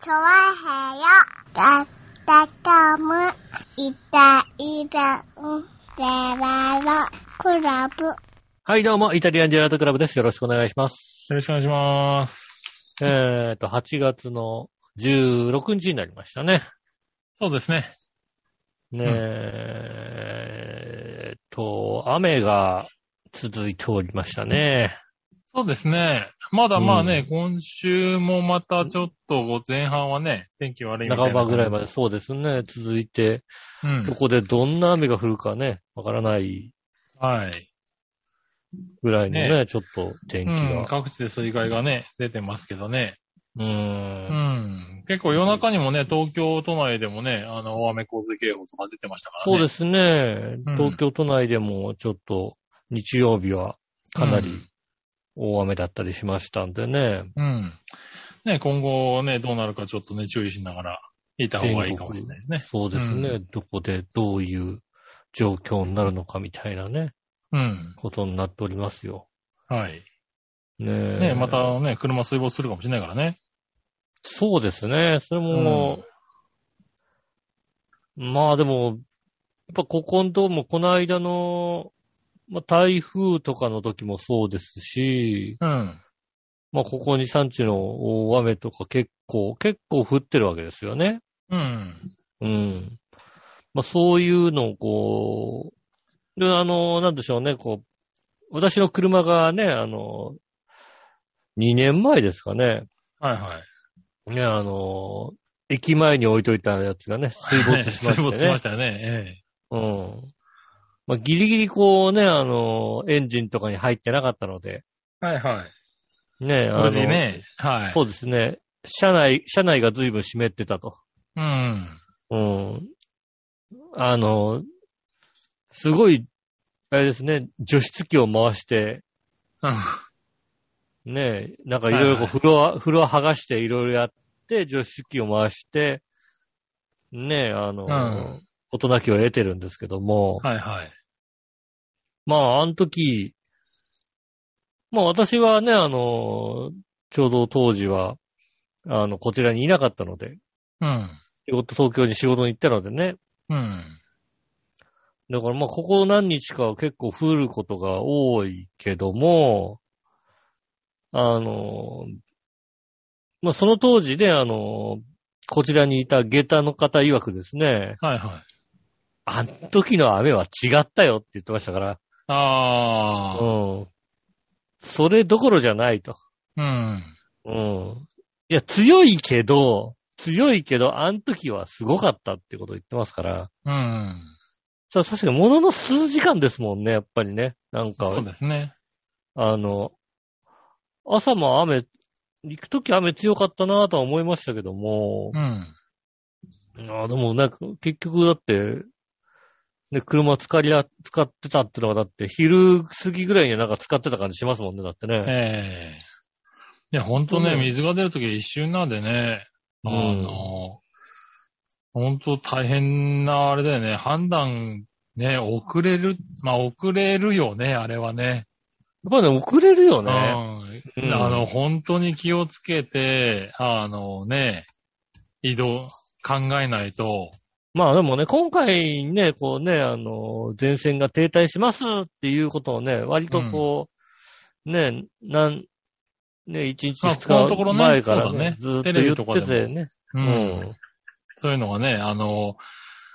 チョワヘヨだったかむいたいたんでららクラブはい、どうも、イタリアンジェラートクラブです。よろしくお願いし ます。よろしくお願いします。えーと、8月の16日になりましたね。そうですね。ねうんえ、えーと、雨が続いておりましたね。そうですね。まだまあね、今週もまたちょっと前半はね、天気悪いみたい半な。ばぐらいまで、。そうですね、続いて、うんど。こでどんな雨が降るかね、わからないはい。ぐらいのね、ねちょっと天う気ん、が。各地で水害がね、出てますけどね。うー。うんん。結構夜中にもね、東京都内でもね、あの、大雨洪水警報とか出てましたからね。。そうですすね、うん東京都内でもちょっと日曜日はかなうりん大雨だったりしましたんでね。うん。ね、今後ね、どうなるかちょっとね、注意しながら、いた方がいいかもしれないですね。そうですね、うどこでどういう状況になるのかみたいなね、うん。ことになっておりますよ。はい。ねえね、ま。たね、車水没するかもしれないからね。そうですね。それも、まあでも、やっぱここんとこもこの間の、まあ台風とかの時もそうですし、うん。まあここに産地の大雨とか結構、結構降ってるわけですよね。うん。うん。まあ、そういうのをこう、で、あの、なんでしょうね、こう、私の車がね、あの、2年前ですかね、はいはい。ね、あの、駅前に置いといたやつがね、水没しまし水没たしまねし。たよね。うん。まあ、ギリギリこうね、あの、エンジンとかに入ってなかったので、ええ。はいはい。ね、あの、無事ね。はい。そうですね、車内、車内が随分湿ってたと。うん。うん。あの、すごい、あれですね、除湿機を回して、ね、なんかいろいろこう、はい風呂は、風呂は剥がしていろいろやって、除湿機を回して、ね、あの、うん事なきを得てるんですけども、はいはい。まあ、あの時、まあ私はね、あの、ちょうど当時は、あの、こちらにいなかったので、うん。仕事、東京に仕事に行ったのでね、うん。だからまあ、ここ何日かは結構降ることが多いけども、あの、まあ、その当時で、あの、こちらにいた下駄の方曰くですね、はいはい。あん時の雨は違ったよって言ってましたから、ああ。うん。それどころじゃないと。うん。うん。いや、強いけど、強いけど、あん時はすごかったってことを言ってますから、うん。それは確かにものの数時間ですもんね、やっぱりね。なんか、そうですね。あの、朝も雨、行くとき雨強かったなぁとは思いましたけども、うん。あーでもなんか結局だって、ね、車使いや、使ってたってのはだって昼過ぎぐらいにはなんか使ってた感じしますもんね、だってね。ええいや、ほんとそうね、ね水が出るときは一瞬なんでね、あの、ほんと大変なあれだよね、判断、ね、遅れる、まあ遅れるよね、あれはね。やっぱりね、遅れるよね。ううんん。あの、本当に気をつけて、あのね、移動、考えないと、まあでもね、今回ね、こうね、あの、前線が停滞しますっていうことをね、割とこう、ね、なん、ね、1日まあここのと2ころ日ね前からそうだねね、ずーっとテ言レっビとかでてもてね。う。うんん。そういうのがね、あの、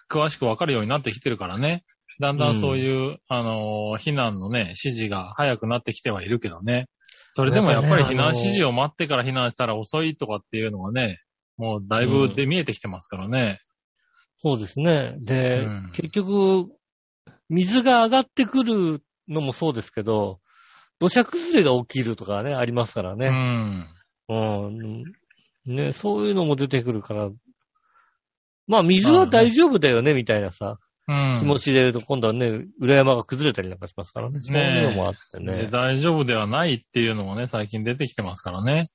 詳しくわかるようになってきてるからね。だんだんそういう、あの、避難のね、指示が早くなってきてはいるけどね。それでもやっぱり避難指示を待ってから避難したら遅いとかっていうのはね、もうだいぶで見えてきてますからね。そうですね。で、うん結局、水が上がってくるのもそうですけど、土砂崩れが起きるとかね、ありますからうね。ん。うん。ね、そういうのも出てくるから、まあ水は大丈夫だよね、みたいなさ、うん。気持ちで言うと、今度はね、裏山が崩れたりなんかしますからね。そういうのもあってでね。大丈夫ではないっていうのもね、最近出てきてますからね。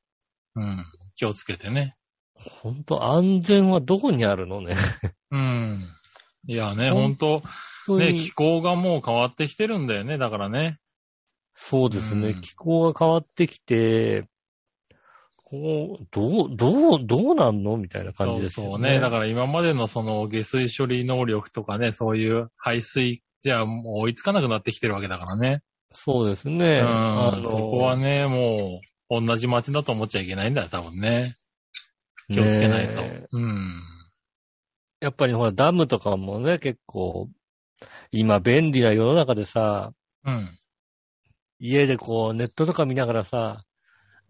うん。気をつけてね。ほんと、安全はどこにあるのね。うん。いやね、ほほんんと、本当ね、に気候がもう変わってきてるんだよね、だからね。そうですね、うん気候が変わってきて、ここう、どう、どう、どうなんのみたいな感じですそうそようね。ね。だから今までのその下水処理能力とかね、そういう排水じゃもう追いつかなくなってきてるわけだからね。そうですね。うん。そこはね、もう、同じ町だと思っちゃいけないんだよ、多分ね。気をつけないと。ねえうん。やっぱりほら、ダムとかもね、結構、今便利な世の中でさ、うん。家でこう、ネットとか見ながらさ、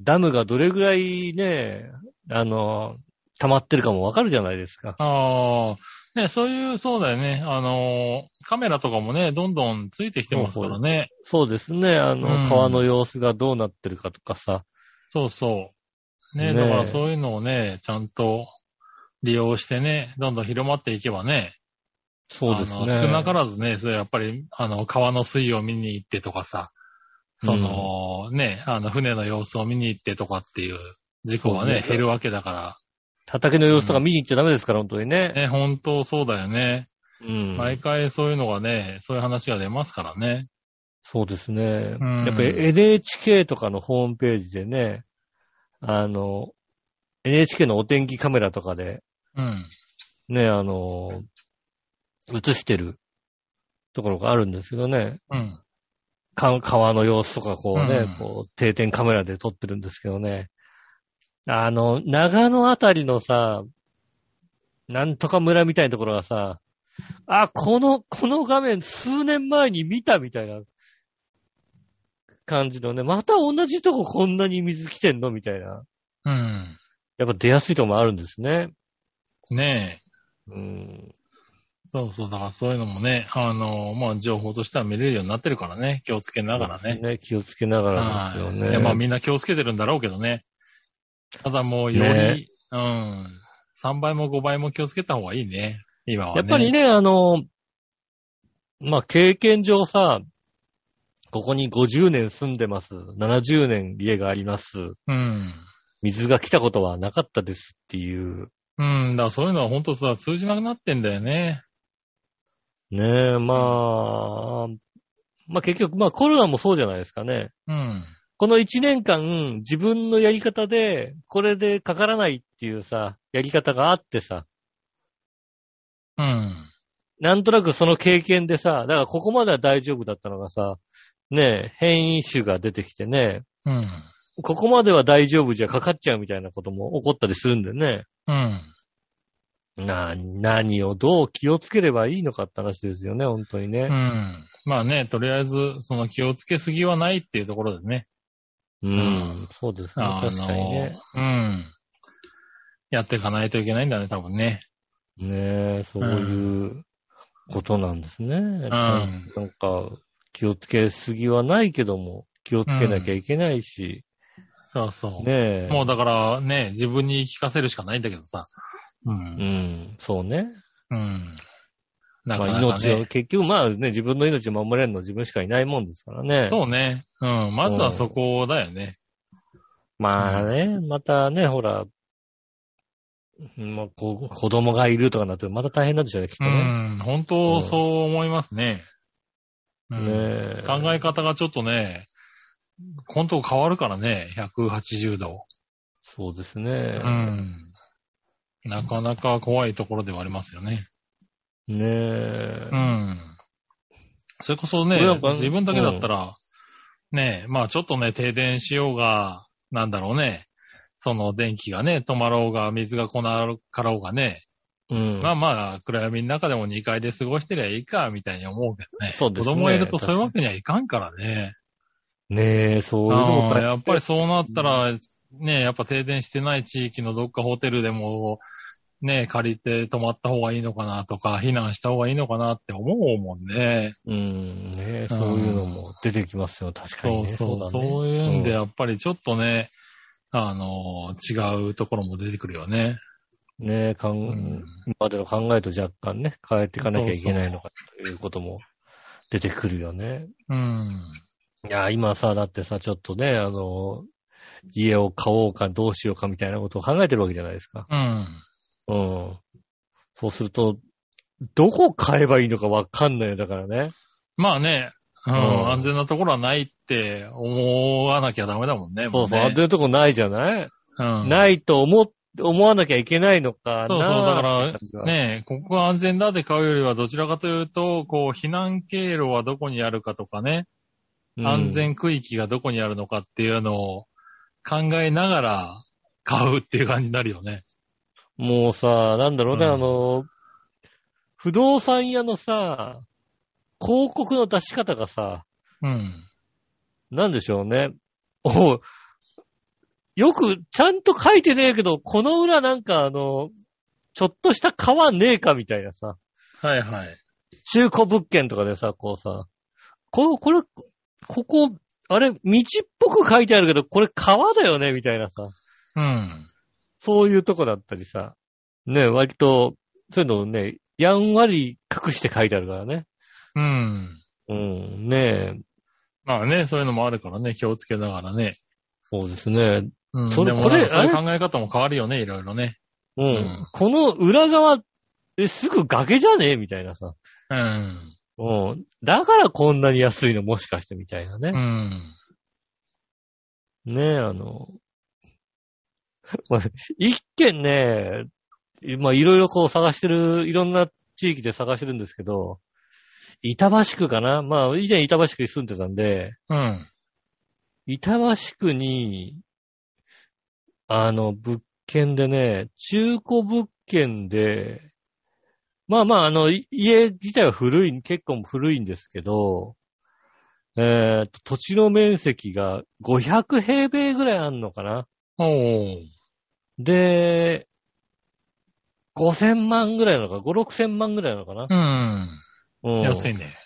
ダムがどれぐらいね、あの、溜まってるかもわかるじゃないですか。ああ、ね、そういう、そうだよね。あのー、カメラとかもね、どんどんついてきてますからね。そうですね。あの、うん川の様子がどうなってるかとかさ。そうそう。ね、ねえだからそういうのをね、ちゃんと利用してね、どんどん広まっていけばね、そうですね。あの少なからずね、それやっぱり、あの、川の水位を見に行ってとかさ、その、ね、あの、船の様子を見に行ってとかっていう事故そはうね、そう減るわけだか畑の様子とか見に行っちゃダメですから、本当にら、ね。ね、本当そうだよね。うん。毎回そういうのがね、そういう話が出ますからね。そうですね。うんやっぱり NHK とかのホームページでね、あの、NHK のお天気カメラとかで、うん。ね、あの、映してるところがあるんですけどね。うん。か川の様子とかこうね、うんこう定点カメラで撮ってるんですけどね。あの、長野あたりのさ、なんとか村みたいなところがさ、あ、この、この画面数年前に見たみたいな感じのね、また同じとここんなに水来てんのみたいな。うん。やっぱ出やすいとこもあるんですね。ねえ。うん。そうそう、だからそういうのもね、あの、まあ、情報としては見れるようになってるからね、気をつけながらね。気をつけながらですよはい。いね。や、まあみんな気をつけてるんだろうけどね。ただもうより、ねうん。3倍も5倍も気をつけた方がいいね。今はね。やっぱり。ね、あの、まあ、経験上さ、ここに50年住んでます。70年家があります。うん。水が来たことはなかったですっていう。うん。だからそういうのは本当さ、通じなくなってんだよね。ねえ、まあ、まあ結局、まあコロナもそうじゃないですかね。うん。この1年間、自分のやり方で、これでかからないっていうさ、やり方があってさ、うん。なんとなくその経験でさ、だからここまでは大丈夫だったのがさ、ねえ、変異種が出てきてね、うん。ここまでは大丈夫じゃかかっちゃうみたいなことも起こったりするんでね。うん。な、何をどう気をつければいいのかって話ですよね、本当にうね。ん。まあね、とりあえず、その気をつけすぎはないっていうところでね。うん。んそうですね、あの確かにね。うん。やっていかないといけないんだね、多分ね。ねえ、そういうことなんですね。ちゃんなんか、気をつけすぎはないけども、気をつけなきゃいけないし、そうそう。ねえ。もうだからね、自分に言い聞かせるしかないんだけどさ。う。うんん、そうね。うん。なまかあなか、ね、命を、結局まあね、自分の命を守れるのは自分しかいないもんですからね。そうね。うん。まずはそこだよね。まあね、またね、ほら、もうこ子供がいるとかなって、また大変なんでしょうね、きっとうね。ん。本当、そう思いますね。うんねえ考え方がちょっとね、本当変わるからね、180度。そうですうね。ん。なかなか怖いところではありますよね。ねえう。ん。それこそねなんか、自分だけだったら、ねえ、まあちょっとね、停電しようが、なんだろうね、その電気がね、止まろうが、水が来なかろうがね、うん。まあまあ、暗闇の中でも2階で過ごしてりゃいいか、みたいに思うけどね。そうですね子供がいるとそういうわけにはいかんからね。ねえ、そういうのも大ああ変やっぱりそうなったら、ね、やっぱ停電してない地域のどっかホテルでも、ね、借りて泊まった方がいいのかなとか、避難した方がいいのかなって思うもんね。うん。ねえ、そういうのも出てきますよ、確かそにうね。そう、だねそういうんで、やっぱりちょっとね、あの、違うところも出てくるよね。うんねえ、かんん今までの考えと若干ね、変えていかなきゃいけないのかということも出てくるよね。うん。いや、今さ、だってさ、ちょっとね、あの、家を買おうかどうしようかみたいなことを考えてるわけじゃないですか。うん。うん。そうすると、どこ買えばいいのかわかんないよ、だからね。まあね、うん、うん安全なところはないって思わなきゃダメだもんね。そうそう、もあねてるとこないじゃないうん。ないと思っ、思わなきゃいけないのかな。そうそう。だかって感じら、が。ね、ここが安全だって買うよりは、どちらかというと、こう、避難経路はどこにあるかとかね、うん安。全区域がどこにあるのかっていうのを考えながら買うっていう感じになるよね。もうさ、なんだろうね、うんあの、不動産屋のさ、広告の出し方がさ、うん。なんでしょうね。おうよく、ちゃんと書いてねえけど、この裏なんかあの、ちょっとした川ねえかみたいなさ、はいはい。中古物件とかでさ、こうさ、ここれ、ここ、あれ、道っぽく書いてあるけど、これ川だよねみたいなさ。うん。そういうとこだったりさ、ね、割と、そういうのをね、やんわり隠して書いてあるからね。うん。うん、ねえ、まあね、そういうのもあるからね、気をつけながらね。そうですね。うん。それでもこれなんかそういうあ考え方も変わるよね、いろいろね。うん。うんこの裏側、え、すぐ崖じゃねえみたいなさ。うん。うん。だからこんなに安いのもしかしてみたいなうね。ん。ねえ、あの、 まあ一軒ね、まあ、いろいろこう探してる、いろんな地域で探してるんですけど、板橋区かなまあ、以前板橋区に住んでたんで、うん。板橋区に、あの、物件でね、中古物件で、まあまあ、あの、い家自体は古い、結構古いんですけど、えーと、土地の面積が500平米ぐらいあんのかなおー。で、5000万ぐらいなのか、5、6000万ぐらいなのかなうん。うん。安い。いね。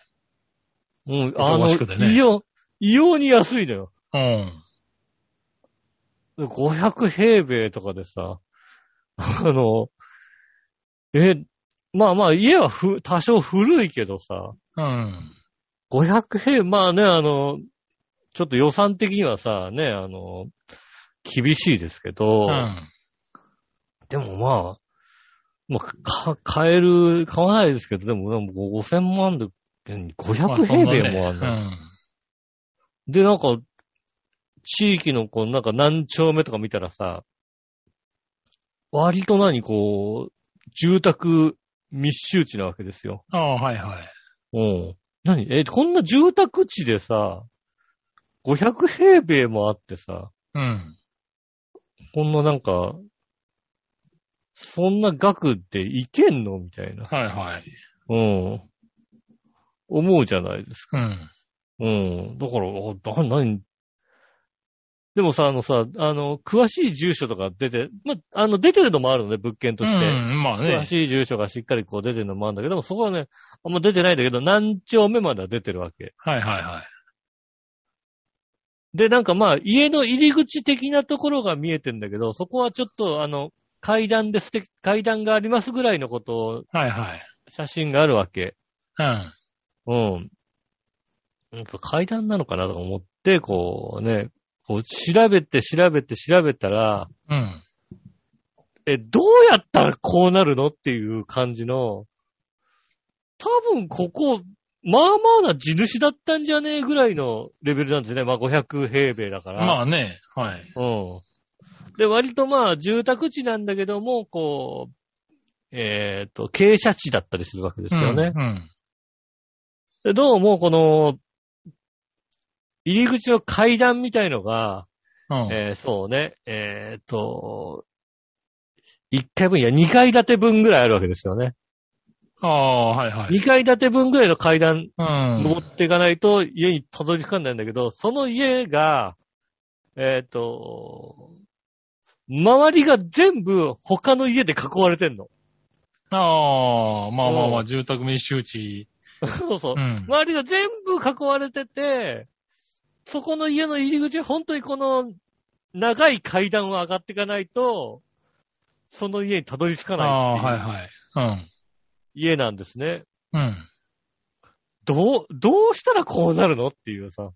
うん、あの、板橋区でね異様、異様に安いのよ。うん。 500平米とかでさ、あの、え、まあまあ家はふ多少古いけどさ、うん。 500平、まあね、あの、ちょっと予算的にはさ、ね、あの、厳しいですけど、うん。でもまあ、まあ、か、買える、買わないですけど、でも、でも5000万で、500平米もあるの、まそんなねで、なんか、地域のこう、なんか何丁目とか見たらさ、割と何こう、住宅密集地なわけですよ。うん。ああ、はいはい。うん。何え、こんな住宅地でさ、500平米もあってさ、うん。こんななんか、そんな額でいけんのみたいな。はいはい。うん。思うじゃないですかうん。うん。だから、あ、な、なに。でもさ、あのさ、あの、詳しい住所とか出て、ま、あの、出てるのもあるのね、物件として。うん、まあ詳ね。しい住所がしっかりこう出てるのもあるんだけど、でもそこはね、あんま出てないんだけど、何丁目までは出てるわけ。はいはいはい。で、なんかまあ、家の入り口的なところが見えてんだけど、そこはちょっと、あの、階段ですて、階段がありますぐらいのことを、はいはい。写真があるわけ。うん。うん。なんか階段なのかなとか思って、こうね、こう調べて調べて調べたら、うん。え、どうやったらこうなるのっていう感じの、多分ここ、まあまあな地主だったんじゃねえぐらいのレベルなんですよね。まあ500平米だから。まあね。はい。うん。で、割とまあ住宅地なんだけども、こう、えっ、と、傾斜地だったりするわけですよね。うんうん。でどうもこの、入り口の階段みたいのが、うん。えーそうね、えーっと、1階分、いや、2階建て分ぐらいあるわけですよね。ああ、はいはい。 2階建て分ぐらいの階段うん。登っていかないと家にたどり着かないんだけど、その家が、えーっと、周りが全部他の家で囲われてんの。 ああ、まあまあまあ、住宅密集地。そうそうう。ん。周りが全部囲われてて、そこの家の入り口は本当にこの長い階段を上がっていかないと、その家にたどり着かあなあ、いってはいういはい。家なんですね。うん。うん。どう、どうしたらこうなるのっていうさ。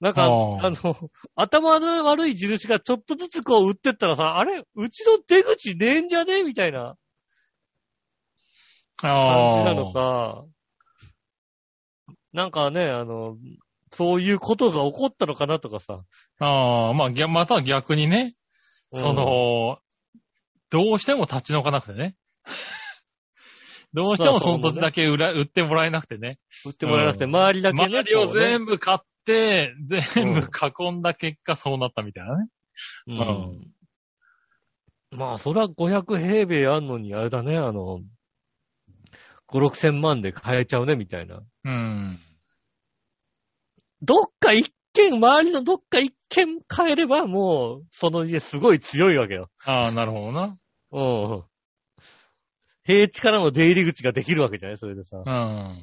なんか、ああーの、頭の悪い印がちょっとずつこう打ってったらさ、あれうちの出口ねえんじゃねえみたいなああ。感じなのか。なんかね、あの、そういうことが起こったのかなとかさ。ああ、まあ、ぎゃまた逆にね、うんその、どうしても立ち退かなくてね。 どうしてもその土地だけ売ら売ってもらえなくてね。売ってもらえなくて、周りだけね。周りをこうね全部買って、全部囲んだ結果そうなったみたいなね。う。うんまあ、そら500平米あんのに、あれだね、あの、5、6千万で買えちゃうね、みたいな。うん。どっか一軒、周りのどっか一軒買えれば、もう、その家すごい強いわけよ。ああ、なるほどな。うん。平地からの出入り口ができるわけじゃないそれでさう。ん。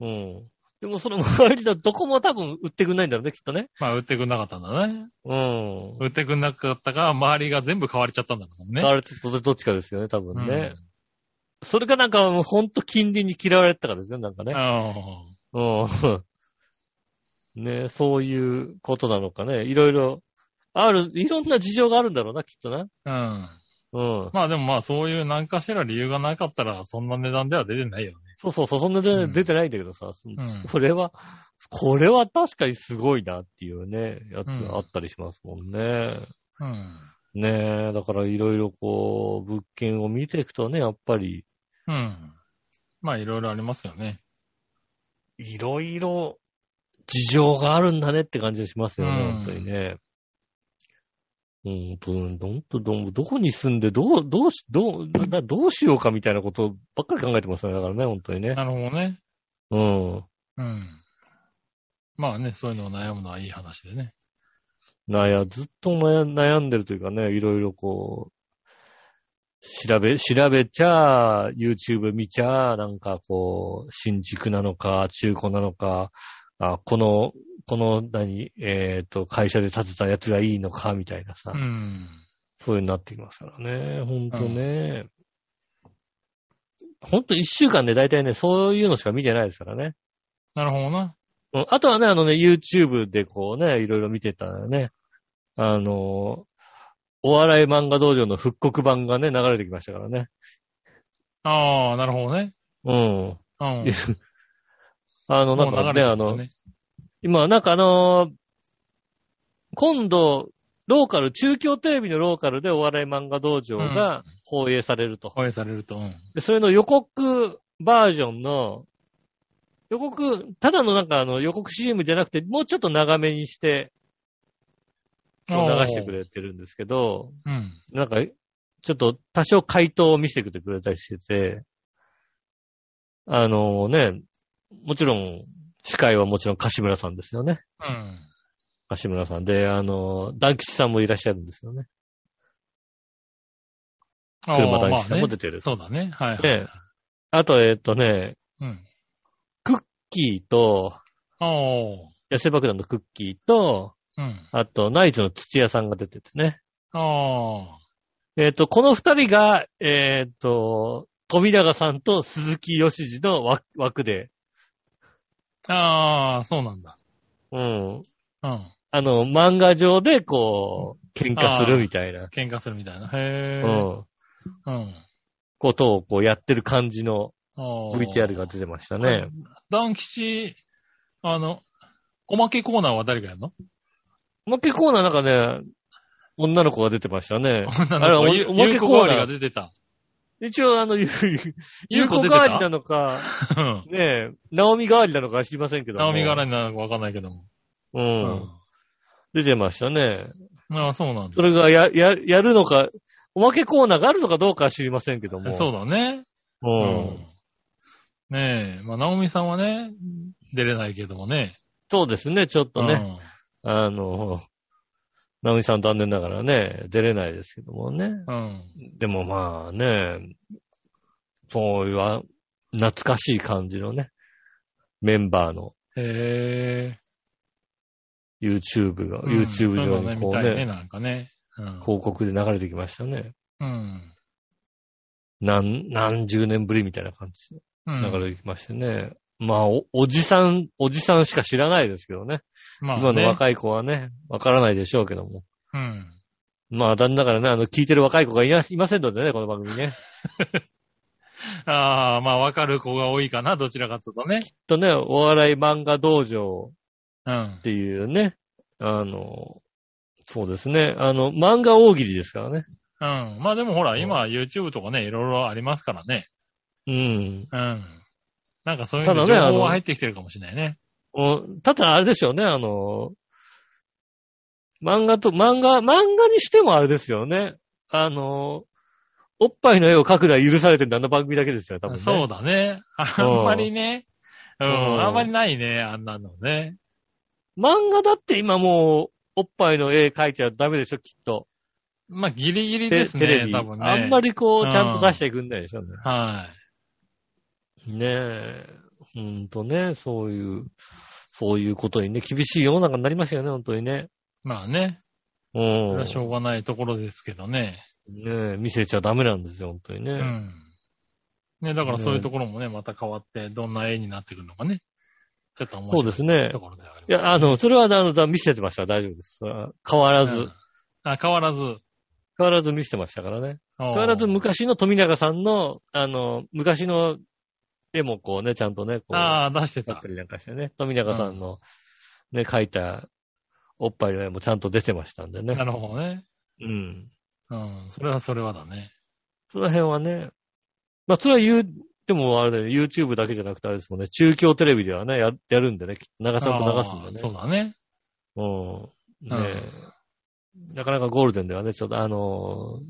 うん。でもその周りだとどこも多分売ってくんないんだろうね、きっとね。まあ、売ってくんなかったんだね。うん。売ってくんなかったか、周りが全部買われちゃったんだろうね。あれ、ちょっとどっちかですよね、多う分んね。。それかなんかもうほんと近隣に嫌われてたからですね、なんかね。あうん。 ねそういうことなのかね。いろいろ、ある、いろんな事情があるんだろうな、きっとな。あ。うん。うん。まあでもまあそういう何かしら理由がなかったらそんな値段では出てないよね。そうそうそう、そんなでうん出てないんだけどさ、そんそれは、これは確かにすごいなっていうね、やつうんがあったりしますもんね。うん。ねえ、だからいろいろこう、物件を見ていくとね、やっぱり、うん。まあいろいろありますよね。いろいろ事情があるんだねって感じがしますよね、うん本当にね。うん、どんどんとどん、どこに住んで、どう、どうし、どう、などうしようかみたいなことばっかり考えてますよね、だからね、本当にね。なるほどね。うん。うん。まあね、そういうのを悩むのはいい話でね。悩、ずっと悩悩んでるというかね、いろいろこう、調べ、調べちゃ、YouTube 見ちゃ、なんかこう、新宿なのか、中古なのか、あこの、この、何、えっ、と、会社で建てたやつがいいのか、みたいなさ、うん。そういうになってきますからね、ほんとね。ほんと一週間で大体ね、そういうのしか見てないですからね。なるほどな。うんあとはね、あのね、YouTube でこうね、いろいろ見てたらね、あのーお笑い漫画道場の復刻版がね、流れてきましたからね。ああ、なるほどね。うん。うん。あの、なんもうか流ね、れてあるからの、ね今、なんかあのー今度、ローカル、中京テレビのローカルでお笑い漫画道場うがん放映されると。放映されると。うん。でそれの予告バージョンの、予告、ただのなんかあの予告 CM じゃなくて、もうちょっと長めにして、流してくれてるんですけど、うん。なんか、ちょっと多少回答を見せてくれたりしてて、あのね、もちろん、司会はもちろん柏村さんですよね。うん。柏村さんで、あの、団吉さんもいらっしゃるんですよね。ああ車ま団あ吉さんも出ね。てる。そうだね。はいはい。で、あと、えっとね、うん。キーと、ああ。野生爆弾のクッキーと、うん。あと、ナイツの土屋さんが出ててね。あえっ、と、この二人が、えっ、と、富永さんと鈴木義次の枠枠で、あ。ああ、そうなんだ。うん。うん。あの、漫画上で、こう、喧嘩するみたいな、喧嘩するみたいな。うへえ。ん、うん。ことを、こう、やってる感じのあー VTR が出てましたね。ダン吉、あの、おまけコーナーは誰がやるの おまけコーナーなんかね、女の子が出てましたね。女あれの子、おゆおまけゆうこコ代ーわナーりが出てた。一応、あの、有ゆう効こ出代わてりなたのか、うん。ねえ、ナオミ代わりなのか知りませんけども。ナオミ柄になるのかわかんないけども。う。。うん出てましたね。ああ、そうなんだそ。れがや、や、やるのか、おまけコーナーがあるのかどうかは知りませんけども。そうだね。う。。うんねえ、まあ、ナオミさんはね、出れないけどもね。そうですね、ちょっとね。あの、ナオミさん残念ながらね、出れないですけどもね。うん。うん。でもまあね、そういうあ懐かしい感じのね、メンバーのへえ。 YouTube が、うん YouTube そういう上のにねこ見うたいね、ね、なんかね。うん。広告で流れてきましたね。うん。何、何十年ぶりみたいな感じでうん流れてきましてね。まあお、おじさん、おじさんしか知らないですけどね。まあ、ね、今の若い子はね、わからないでしょうけども。うん。まあ、残念ながらね、あの、聞いてる若い子がいないませんのでね、この番組ね。ああ、まあ、わかる子が多いかな、どちらかというとね。きっとね、お笑い漫画道場うんっ。ていうね。あの、そうですね。あの、漫画大喜利ですからね。うん。まあでもほうら、ん今 YouTube とかね、いろいろありますからね。うん。うん。なんかそういうのただね情あ報のが入ってきてるかもしれないね。おただあれでしょうね、あの、漫画と、漫画、漫画にしてもあれですよね。あの、おっぱいの絵を描くのは許されてるんだ、あの番組だけですよ、多分ね。そうだね。あんまりね。ううんん。あんまりないね、あんなのね。漫画だって今もう、おっぱいの絵描いちゃダメでしょ、きっと。まあギリギリですテレね、ビ。多分ね。あんまり。りこうう、んちゃんと出していくんないでしょうね。はねえ。ほんとね、そういう、そういうことにね、厳しい世の中になりましたよね、本当にね。い。まあね。うそれんは。しょうがないところですけどね。ねえ、見せちゃダメなんですよ、本当にね。うん。ね、だからそういうところもね、また変わって、どんな絵になってくるのかね。ちょっと面白い。そうですねところではありますいや、あの、それは、あの、だ見せてました。大丈夫です。あ変わらず、うんあ、変わらず。変変わらず見せてましたからね。変わらず昔の富永さんの、あの、昔の絵もこうね、ちゃんとね、こう、あああ、出して。ったたりなんかしてね、富永さんの、ね、描いたおっぱいの絵もちゃんと出てましたんでね。なるほどね。うん。うん。それはそれはだね。その辺はね、まあ、それは言う、でもあれだよね、YouTube だけじゃなくてあれですもんね、中京テレビではね、ややるんでね、きっと流さんと流すんあであね。そうだね。 うん。ねうんえなかなかゴールデンではね、ちょっとあのー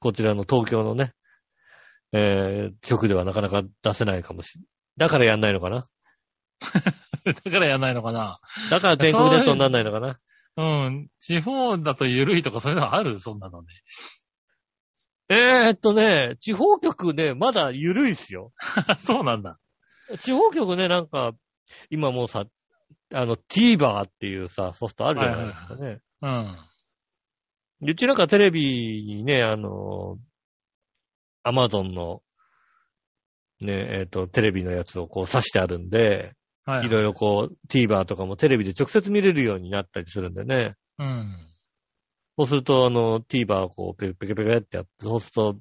こちらの東京のね、えー、曲ではなかなか出せないかもしれだからやんないのかなだからやんないのかな。だから全国ネットにならないのかなうん。地方だと緩いとかそういうのあるそんなのね。 えー、っとね、地方局ね、まだ緩いっすよ。そうなんだ。地方局ね、なんか、今もうさ、あの、TVer っていうさ、ソフトあるじゃないですかね。うん。うちなんかテレビにね、あの、アマゾンの、ね、えっ、と、テレビのやつをこう挿してあるんで、はいいろいろこう、TVer とかもテレビで直接見れるようになったりするんでね。うん。そうすると、あの、TVer をこう、ペケペケペケってやって、そうすると、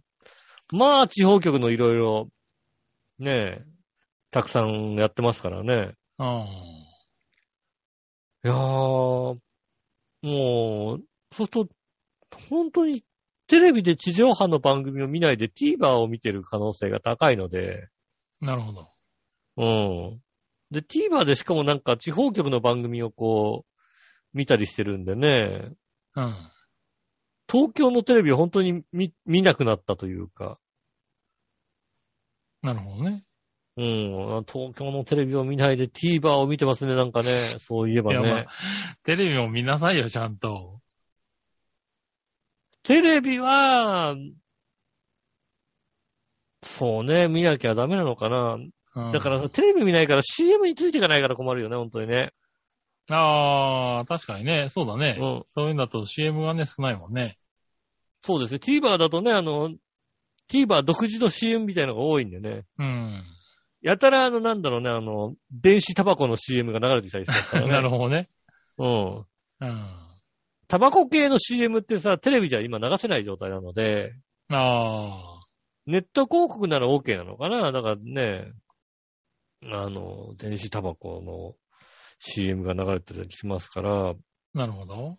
まあ、地方局のいろいろ、ね、たくさんやってますからね。うん。いやー、もう、そうすると、本当にテレビで地上波の番組を見ないで TVer を見てる可能性が高いので、なるほど。うん。で、TVer でしかもなんか地方局の番組をこう、見たりしてるんでね、うん。東京のテレビを本当に見、見なくなったというか、なるほどね。うん、東京のテレビを見ないで TVer を見てますね、なんかね、そういえばいやまねあ。テレビも見なさいよ、ちゃんと。テレビは、そうね、見なきゃダメなのかな。うんだからさ、テレビ見ないから CM についていかないから困るよね、本当にね。ああ、確かにね。そうだね。うん。そういうんだと CM がね、少ないもんね。そうですね。TVer だとね、あの、TVer 独自の CM みたいのが多いんでね。うん。やたら、あの、なんだろうね、あの、電子タバコの CM が流れてきたりしますからね。 なるほどね。うん。うん。タバコ系の CM ってさ、テレビじゃ今流せない状態なので、あネット広告なら OK なのかなだからね、あの、電子タバコの CM が流れてたりしますから、あ、なるほど。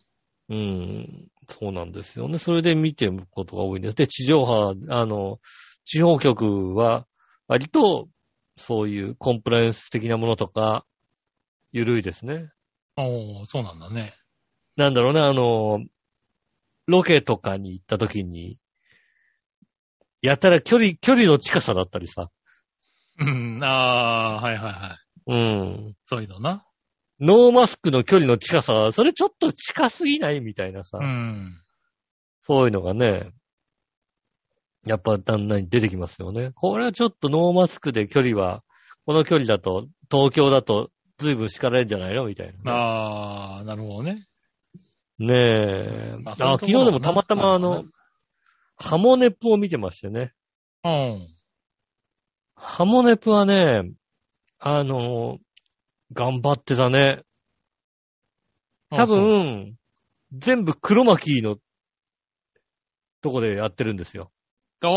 うん、そうなんですよね。それで見てることが多いんです。で、地上波、あの、地方局は、割と、そういうコンプライアンス的なものとか、緩いですね。おおそうなんだね。なんだろうね、あの、ロケとかに行った時に、やたら距離、距離の近さだったりさ、うん、ああ、はいはいはい。うん。そういうのな。ノーマスクの距離の近さ、それちょっと近すぎないみたいなさ、うん。そういうのがね、やっぱだんだん出てきますよね。これはちょっとノーマスクで距離は、この距離だと、東京だと随分叱られるんじゃないのみたいな。ああ、なるほどね。ねえ。まああそういう昨とこ日でろだなもたまたまあの、ハモネプを見てましてね。うん。ハモネプはね、あの、頑張ってたね。あ多、分、全部黒巻のとこでやってるんですよ。ああ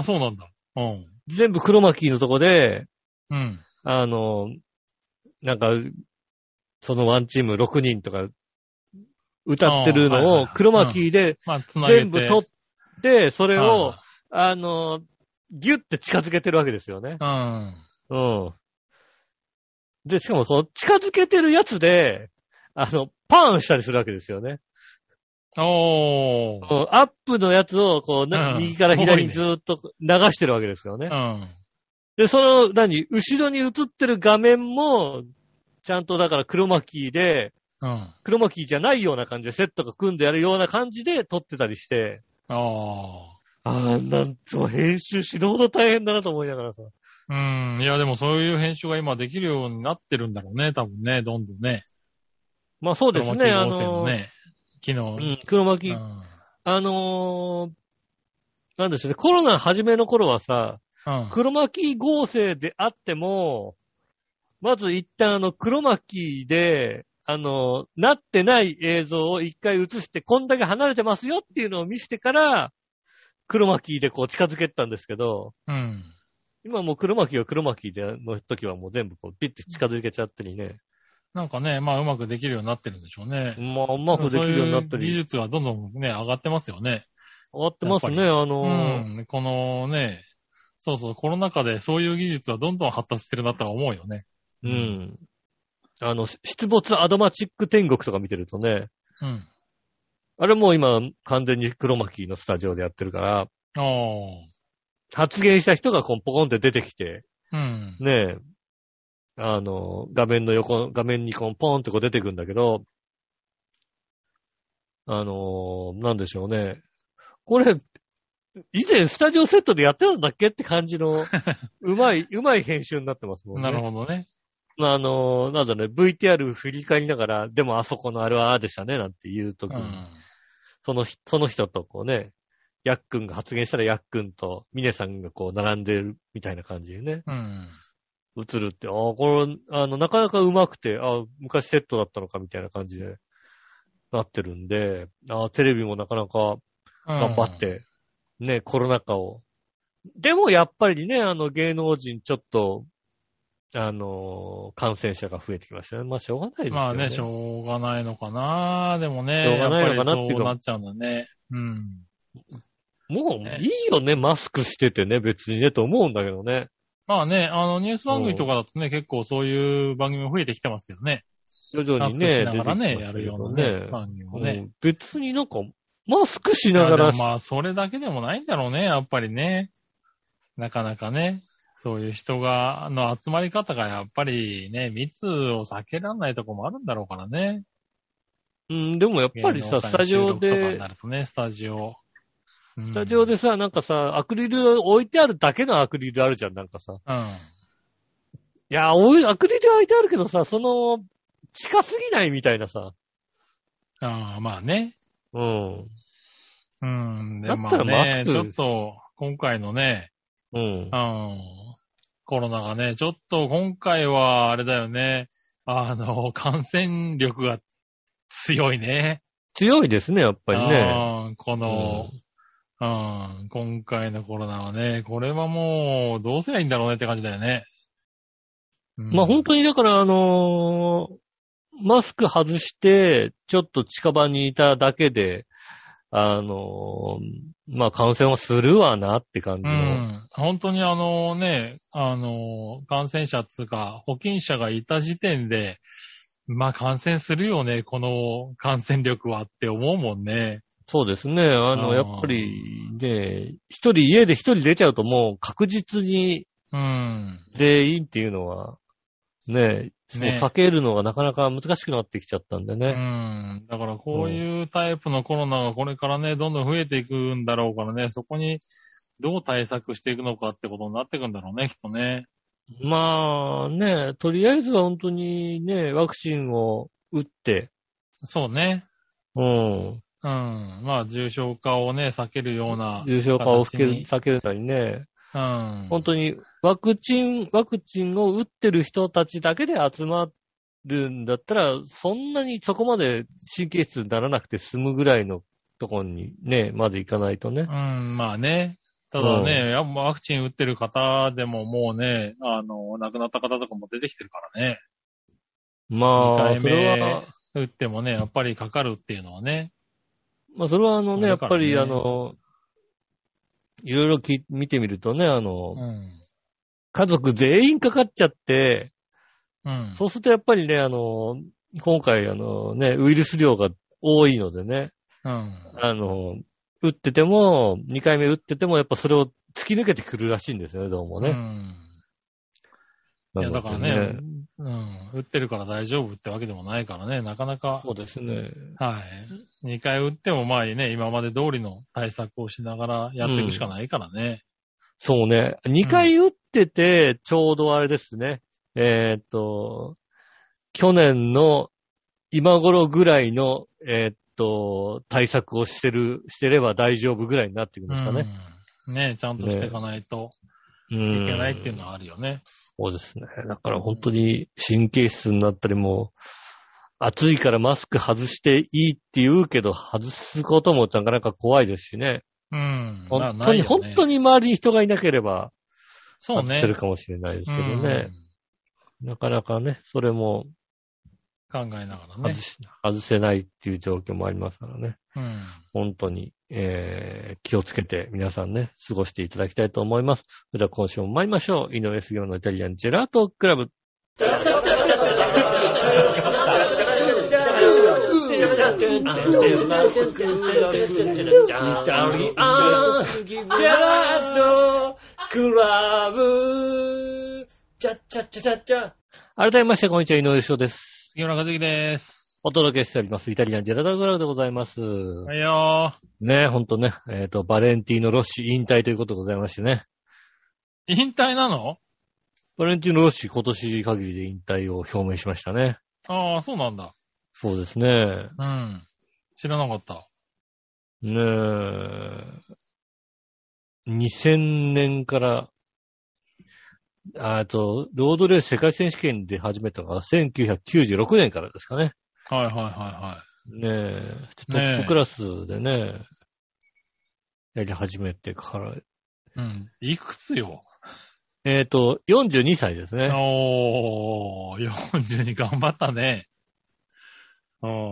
ー、そうなんだ。うん。全部黒巻のとこで、うん。あの、なんか、そのワンチーム6人とか、歌ってるのを、クロマキーでまあ、つなげて。全部撮って、それをは、あの、ギュッて近づけてるわけですよねい。はいうん。で、しかもその近づけてるやつで、あの、パンしたりするわけですよね。うん。おー。こうアップのやつを、こう、なうん右から左にすずーっと流してるわけですよねう。ん。で、その、何、後ろに映ってる画面も、ちゃんとだから黒巻きで、うん。黒巻きじゃないような感じでセットが組んでやるような感じで撮ってたりして、あああ、なんと編集死ぬほど大変だなと思いながらさ。ー。うん。いや、でもそういう編集が今できるようになってるんだろうね、多分ね、どんどんね。まあそうですクね、ロあマキー合成の、のね、機能。うん、黒巻き、うんあのーなんですね、コロナ初めの頃はさ、うん。黒巻き合成であっても、まず一旦あの黒巻きで、あのーなってない映像を一回映して、こんだけ離れてますよっていうのを見せてから、黒巻きでこう近づけてたんですけど、うん。今もう黒巻きは黒巻きでの時はもう全部こうピッて近づけちゃったりね。なんかね、まあうまくできるようになってるんでしょうね。まあうまくできるようになったそういう技り、術はどんどんね、上がってますよね。上がってますね、やあうのーん。このね、そうそう、コロナ禍でそういう技術はどんどん発達してるなとは思うよね。ううんん。あの、出没アドマチック天国とか見てるとね、うん。あれもう今完全に黒巻のスタジオでやってるから、おー。発言した人がこうポコンって出てきて、うん。ねえ、あの、画面の横、画面にこうポンってこう出てくんだけど、あのーなんでしょうね。これ、以前スタジオセットでやってたんだっけって感じ の、うまい、うまい編集になってますもんね。なるほどね。まあ、あの、なんだろうね、VTR 振り返りながら、でもあそこのあれはああでしたね、なんて言うとうき、ん。その人、その人とこうね、ヤックンが発言したらヤックンとミネさんがこう並んでるみたいな感じでね、うん。映るって、ああ、これ、あの、なかなかうまくて、ああ、昔セットだったのかみたいな感じで、なってるんで、ああ、テレビもなかなか頑張っ。て、ね、コロナ禍を。でもやっぱりね、あの芸能人ちょっと、あのー感染者が増えてきましたね。まあしょうがないですよね。まあね、しょうがないのかなでもね、しょうがやっなぱいりのかなっていうかそうなっちゃうんだね。うん。もういいよね、マスクしててね、別にね、と思うんだけどね。まあね、あの、ニュース番組とかだとね、結構そういう番組も増えてきてますけどね。徐々マスにクしね、ながらね、やるようなね、ね番組もね。うん別になんか、マスクしいやながらでもまあ、それだけでもないんだろうね、やっぱりね。なかなかね、そういう人が、の集まり方がやっぱりね、密を避けられないとこもあるんだろうからね。うん、でもやっぱり芸能さ、界スのタジオ収録とかにでな、るとね、スタジオ。うんスタジオ。でさ、なんかさ、アクリル置いてあるだけのアクリルあるじゃん、なんかさ。うん。いや、おいアクリルは置いてあるけどさ、その、近すぎないみたいなさ。ああ、まあね。うん。うん。でだまったあらねマ、スちクょっと、今回のね、うんう。ん。コロナがね、ちょっと今回は、あれだよね。あの、感染力が強いね。強いですね、やっぱりね。うんこの、うん、今回のコロナはね、これはもう、どうすりゃいいんだろうねって感じだよね。まあ本当当にだから、あのーマスク外して、ちょっと近場にいただけで、あのーまあ感染はするわなって感じうの。ん。本当にあのね、あの、感染者っつうか、保菌者がいた時点で、まあ感染するよね、この感染力はって思うもんね。そうですね。あの、あーやっぱり、ね、一人、家で一人出ちゃうともう確実にうん。全員っていうのは、ね、もうね避けるのがなかなか難しくなってきちゃったんでうね。ん。だからこういうタイプのコロナがこれからね、どんどん増えていくんだろうからね、そこにどう対策していくのかってことになっていくんだろうね、きっとね。まあね、とりあえずは本当にね、ワクチンを打って、そうね。うん。うん。まあ、重症化をね、避けるような。重症化を避ける形に避けるなりね、うん。本当にワクチン、ワクチンを打ってる人たちだけで集まるんだったら、そんなにそこまで神経質にならなくて済むぐらいのところにね、まで行かないとね。うん、まあね。ただね、やっぱワクチン打ってる方でももうね、あの、亡くなった方とかも出てきてるからね。まあ、二回目それは、打ってもね、やっぱりかかるっていうのはね。まあ、それはあのね、やだっかぱらねりあの、いろいろき見てみるとね、あの、うん。家族全員かかっちゃって、うん。そうするとやっぱりね、あの、今回あのね、ウイルス量が多いのでね、うん。あの、打ってても、2回目打ってても、やっぱそれを突き抜けてくるらしいんですよね、どうもうね。ん。いや、なだんからね、うん。打ってるから大丈夫ってわけでもないからね、なかなかそ、うですね。はい。2回打っても、まあね、今まで通りの対策をしながらやっていくしかないからね。そうね。2回打ってて、ちょうどあれですね。えーっと、去年の今頃ぐらいの、えーっと、対策をしてる、してれば大丈夫ぐらいになってくるんですかね。うんねちゃんとしていかないとうん。いけないっていうのはあるよね。そうですね。だから本当に神経質になったりも、暑いからマスク外していいって言うけど、外すこともなかなか怖いですしね。うん。まあ本当に、本当に。に周りに人がいなければ、そう外ねせ。るかもしれないですけどね。うんなかなかね、それも考えながら外ね。し、外せないっていう状況もありますからね。うん。本当に、えー、気をつけて皆さんね、過ごしていただきたいと思います。それでは今週も参りましょう。井上杉雄のイタリアンジェラートクラブ。改めまして、こんにちは、井上翔です。杉村和樹です。お届けしております。イタリアンジェラートクラブでございます。はいよね、ほんとね、えっ、と、バレンティーノ・ロッシ引退ということでございましてね。ー。引退なのバレンティーノ・ロッシ今年限りで引退を表明しましたね。ああ、そうなんだ。そうですね。うん。知らなかった。ねえ。2000年から、ああと、ロードレース世界選手権で始めたのが1996年からですかね。はいはいはねえ。トねッえプクラスでね、やり始めてから、いはい。うん。いくつよ。えっ、と、42歳ですね。おー、42頑張ったね。うん。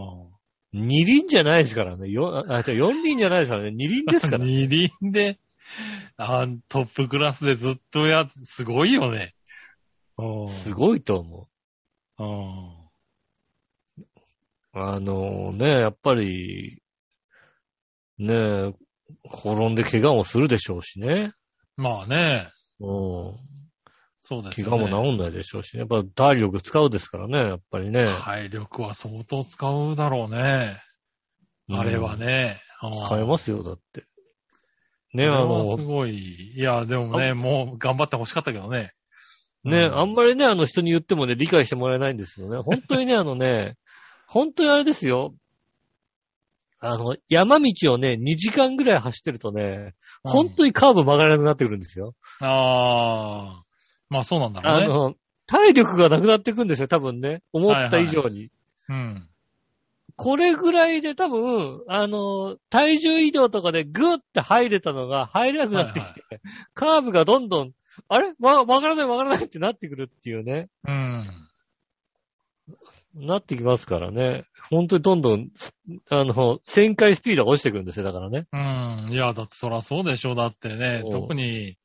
二輪じゃないですからね。よあ、じゃ四輪じゃないですからね。二輪ですから。 二輪で、あトップクラスでずっとや、すごいよね。うん。すごいと思う。うん。あのね、やっぱり、ね、転んで怪我もするでしょうしね。まあね、うん。そうです怪ね。我も治んないでしょうしね。やっぱ体力使うですからね、やっぱりね。体力は相当使うだろうね。あれはね。うん。うん使えますよ、だって。そね、れあはのす、ごい。いや、でもね、もう頑張ってほしかったけどね。ね、うんあんまりね、あの人に言ってもね、理解してもらえないんです よね。本当にね、あのね、本当にあれですよ。あの、山道をね、2時間ぐらい走ってるとね、本当にカーブ曲がらなくなってくるんですよ。ああ。まあそうなんだろうあね。の、体力がなくなっていくんですよ、多分ね。思った以上に。うん。これぐらいで多分、あの、体重移動とかでグッて入れたのが入れなくなってきて、カーブがどんどん、あれわ、わからないわからないってなってくるっていうね。うん。なってきますからね。本当にどんどん、あの、旋回スピードが落ちてくるんですよ、だからね。うん。いや、だってそらそうでしょ。だってね、そう特に、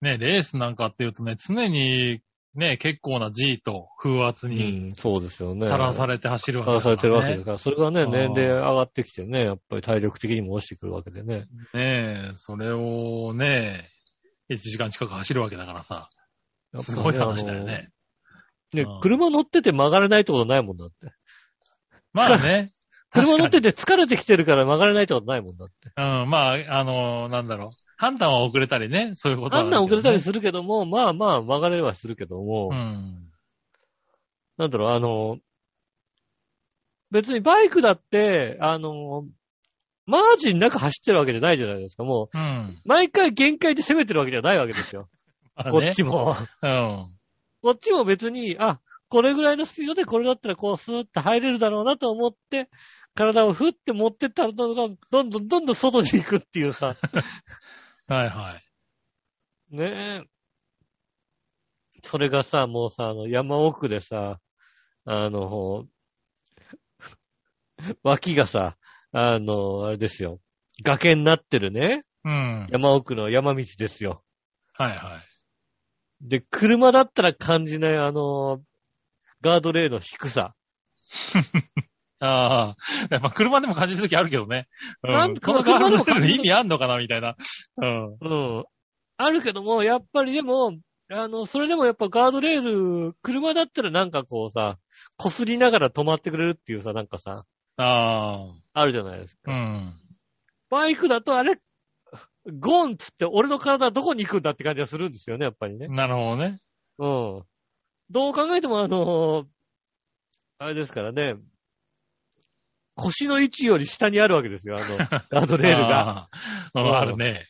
ね、レースなんかっていうとね、常に、ね、結構な G と風圧うにん、そうですよね。さらされて走るわさけらされてるわけねです。から、それがね、うん年齢上がってきてね、やっぱり体力的にも落ちてくるわけでね。ねえ、それをね、1時間近く走るわけだからさ、やっぱすりごい話だよね。ね、うん車乗ってて曲がれないってことないもんだって。まあね。 車乗って確て疲れてきてるから曲がれないってことないもんだって。かにうん、まあ、あの、なんだろう。判断は遅れたりね、そういうことはあんなん遅れたりすするけども、まあまあ曲がれはするけども、うん。なんだろう、あの、別にバイクだって、あの、マージン中走ってるわけじゃないじゃないですか。もうん。う、毎回限界で攻めてるわけじゃないわけですよ。 まあねこっちも。うん。こっちも別に、あ、これぐらいのスピードでこれだったらこうスーッと入れるだろうなと思って、体をふって持ってったらどんどんどんどんどんどん外に行くっていうさ、はいはい。ねえ。それがさ、もうさ、あの山奥でさ、あの、 脇がさ、あの、あれですよ。崖になってるね。うん。山奥の山道ですよ。はいはい。で、車だったら感じない、あの、ガードレールの低さ。ああ、やっぱ車でも感じるときあるけどね。うなんこのこのガ車ーでもド感レールじる意味あんのかなみたいな。うん。うん。あるけども、やっぱりでも、あの、それでもやっぱガードレール、車だったらなんかこうさ、擦りながら止まってくれるっていうさ、なんかさ、ああるじゃないですあ、か。うん。バイクだとあれ、ゴンっつって俺の体どこに行くんだって感じがするんですよね、やっぱりね。なるほどね。うん。どう考えてもあのーあれですからね、腰の位置より下にあるわけですよ、あ の、ガードレールが。ああ。ううんんあるね。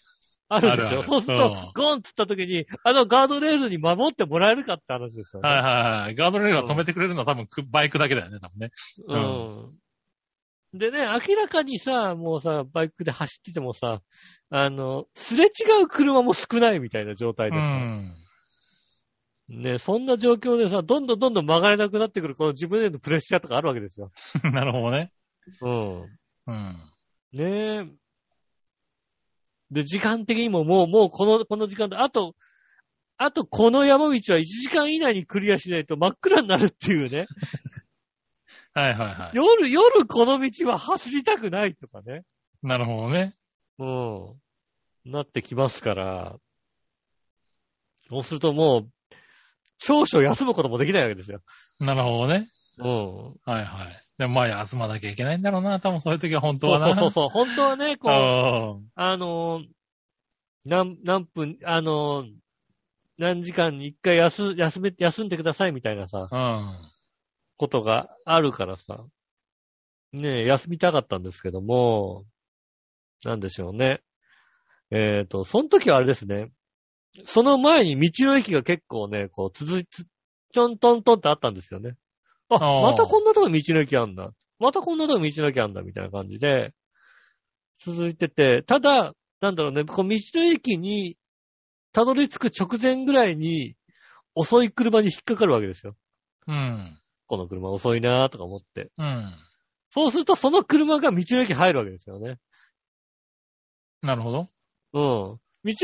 あるんですあるあよ。るそうするうんと、ゴンっつった時に、あのガードレールに守ってもらえるかって話ですよね。はいはいはい。ガードレールが止めてくれるのは多分くバイクだけだよね、多分ね。うん。でね、明らかにさ、もうさ、バイクで走っててもさ、あの、すれ違う車も少ないみたいな状態うですよ、ん。ね、そんな状況でさ、どんどんどんどん曲がれなくなってくる、この自分へのプレッシャーとかあるわけですよ。 なるほどね。うん。うん。ねえ。で、時間的にももう、もうこの、この時間で、あと、あとこの山道は1時間以内にクリアしないと真っ暗になるっていう ね。はいはいは夜、夜この道は走りたくないとかね。い。なるほどね。うん。なってきますから。そうするともう、少々休むこともできないわけですよ。なるほどね。うん。はいはい。でもまあ休まなきゃいけないんだろうな。多分そういう時は本当そうはそな。うそうそう。本当はね、こう、うんあのー何、何分、あのー何時間に一回休、休め、休んでくださいみたいなさ、うん。ことがあるからさ、ねえ、休みたかったんですけども、なんでしょうね。えっ、と、その時はあれですね、その前に道の駅が結構ね、こう、続いつ、ちょんとんとんってあったんですよね。あ、あーまたこんなとこ道の駅あんだ。またこんなとこ道の駅あんだ、みたいな感じで、続いてて、ただ、なんだろうね、こう道の駅に、たどり着く直前ぐらいに、遅い車に引っかかるわけですよ。うん。この車遅いなーとか思って。うん。そうすると、その車が道の駅入るわけですよね。なるほど。うん。道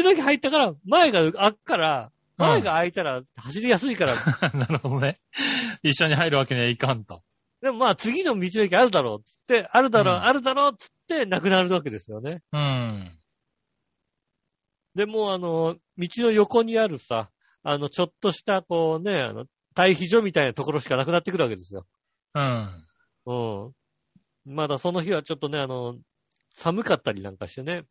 の駅入ったから、前が開くから、前が開いたら走りやすいから、 なるほどね。一緒に入るわけにはいかんと。でもまあ次の道の駅あるだろうっつって、あるだろう、うんあるだろうっつって、なくなるわけですよね。うん。で、もうあの、道の横にあるさ、あの、ちょっとした、こうね、あの、待避所みたいなところしかなくなってくるわけですよ。うん。うん。まだその日はちょっとね、あの、寒かったりなんかしてね。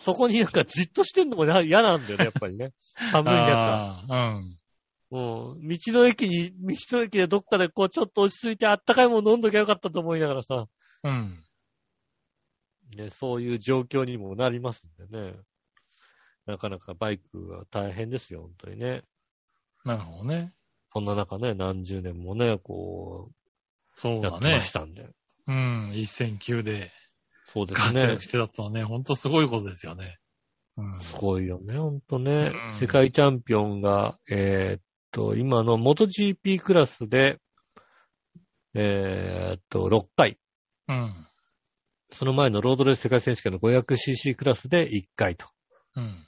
そこになんかじっとしてんのもな嫌なんだよね、やっぱり ね。寒い中。ああうん。うん。道の駅に、道の駅でどっかでこうちょっと落ち着いてあったかいもの飲んどきゃよかったと思いながらさ、うん。ね、そういう状況にもなりますんでね。なかなかバイクは大変ですよ、本当にね。なるほどね。そんな中ね、何十年もね、こそうう、やっだてまね。したんで。うん。一戦級でそうです活ね躍。してたとはね、ほんとすごいことですよね。うん。すごいよね、ほんとね。うん世界チャンピオンが、えーっと、今の元 GP クラスで、えーっと、6回。うん。その前のロードレース世界選手権の 500cc クラスで1回とうん。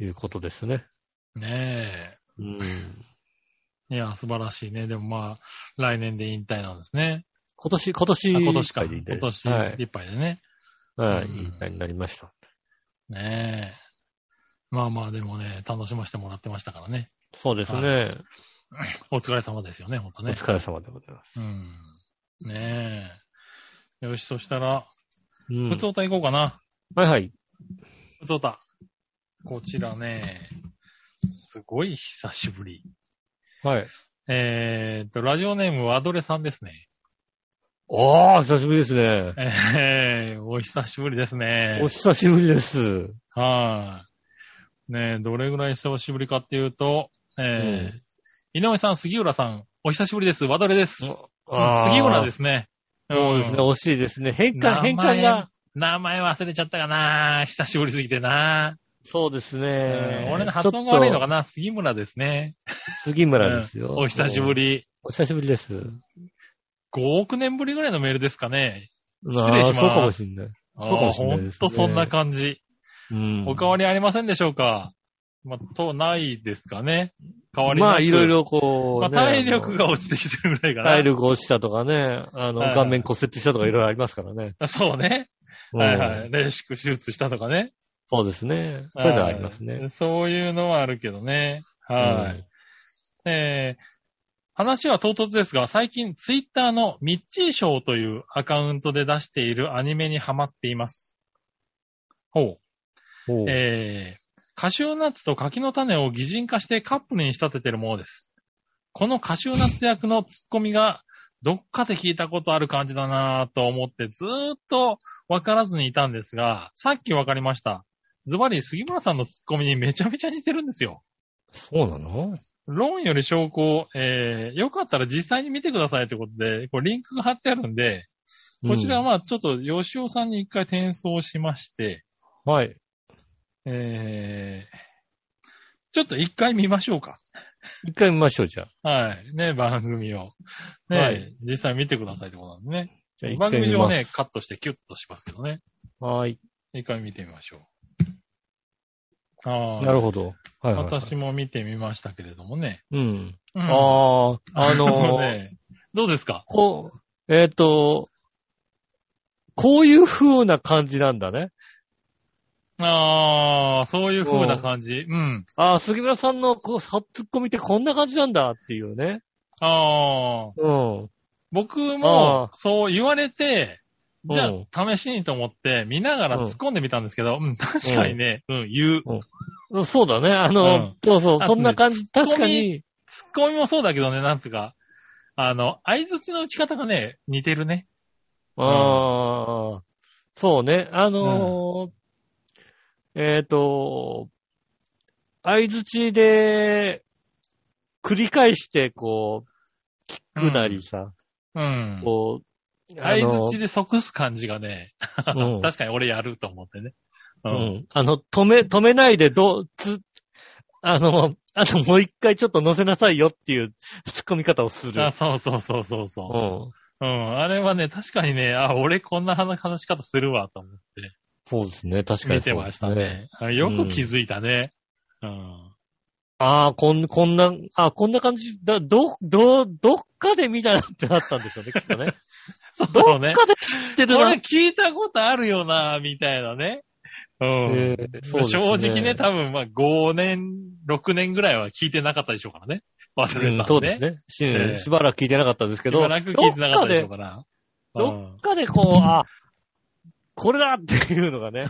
いうことですね。ねうん。え。いや、素晴らしいね。でもまあ、来年で引退なんですね。今年、今あ年、今年か。いっぱ今いでいいん年ではい。いっぱいでね。はい。うんいい回になりました。ねえ。まあまあ、でもね、楽しませてもらってましたからね。そうですね。お疲れ様ですよね、ほんとおね。疲れ様でございます。うん。ねえ。よし、そしたら、うんふつおた行こうかな。はいはい。ふつおた。こちらね、すごい久しぶり。はい。えーっと、ラジオネームはアドレさんですね。ああ、久しぶりですね。えー、お久しぶりですね。お久しぶりです。はい。ねえ、どれぐらい久しぶりかっていうと、えー井上さん、杉浦さん、お久しぶりです。和どれです。杉あー浦ですね。そうですね、ん惜しいですね。変換、名前変換が。名前忘れちゃったかな久しぶりすぎてなそうですねうん。俺の発音が悪いのかなな杉村ですね。杉村ですよ、うんお久しぶり。り。お久しぶりです。 5億年ぶりぐらいのメールですかね。な礼しあますそうかもしんない。そうかもしれないですねほんとそんな感じ。うん。お変わりありませんでしょうかまあ、と、ないですかね。変わりなくまあ、いろい。ろこまあ、う、ね体力が落ちてきてるぐらいあかのな。体。力落ちたとかね、あの、はい顔面骨折したとかいろいろありますからね。そうね。はいはうんい。レーシック手術したとかね。そうですね。そういうのはありますね。はい。そういうのはあるけどね。はい。えー話は唐突ですが、最近ツイッターのミッチーショーというアカウントで出しているアニメにハマっています。ほうん。おう。うえーカシューナッツと柿の種を擬人化してカップルに仕立ててるものです。このカシューナッツ役のツッコミが、どっかで聞いたことある感じだなぁと思ってずーっとわからずにいたんですが、さっきわかりました。ズバリ杉村さんのツッコミにめちゃめちゃ似てるんですよ。そうなの論より証拠、えー、よかったら実際に見てくださいということで、これリンクが貼ってあるんで、こちらはは、まあちょっと吉尾さんに一回転送しまして、はい。えーちょっと一回見ましょうか。一回見ましょう、じゃあ。はい。ね、番組を。ね、はい実際見てくださいってことなんでね。じゃあ一番回組見上ますね、カットしてキュッとしますけどね。はい。一回見てみましょう。ああ。なるほど。はい、はいはい。私も見てみましたけれどもね。うん。うんああ、 あのーね、どうですかこう、えっ、と、こういう風な感じなんだね。ああ、そういう風な感じ。うん。ああ、杉村さんのこう、さツッコミってこんな感じなんだっていうね。ああ、うん。僕あもあそう言われて、じゃうんあ試しにと思って見ながら突っ込んでみたんですけど、うん、確かにね、うん、言う。うんそうだね。あの、うんそうそう、あそんな感じ、とね確かに、突っ込みもそうだけどね、なんつうか。あの、相槌の打ち方がね、似てるね。ああ、そうね。あのーえっ、と、相づちで、繰り返して、こう、聞くなりさ、うん。こう、あ相の槌で即す感じがね、うん確かに俺やると思ってね。う。うんん。あの、止め、止めないで、ど、つ、あの、あともう一回ちょっと乗せなさいよっていう突っ込み方をすある。そうそうそうそううそん。う。うん。あれはね、確かにね、あ、俺こんな話し方するわ、と思って。そうですね。確か見にそてうまでしすたね。ね。あよく気づいたね。うん。ああ、こん、こんな、あこんな感じ、だ、ど、ど、どっかで見たなってなったんでしょうね、きっとね。 そうどっね。かで知ってるこなれ。聞いたことあるよな、みたいなね。うん。えーそうです正直ね、多分まあ5年、6年ぐらいは聞いてなかったでしょうからね。忘れてた、ねうんそうですね。しええしばらく聞いてなかったんですけしど、ばらく聞いてなかったでしょどうっかで、から。うどんっかでこう、あ、これだっていうのが ね、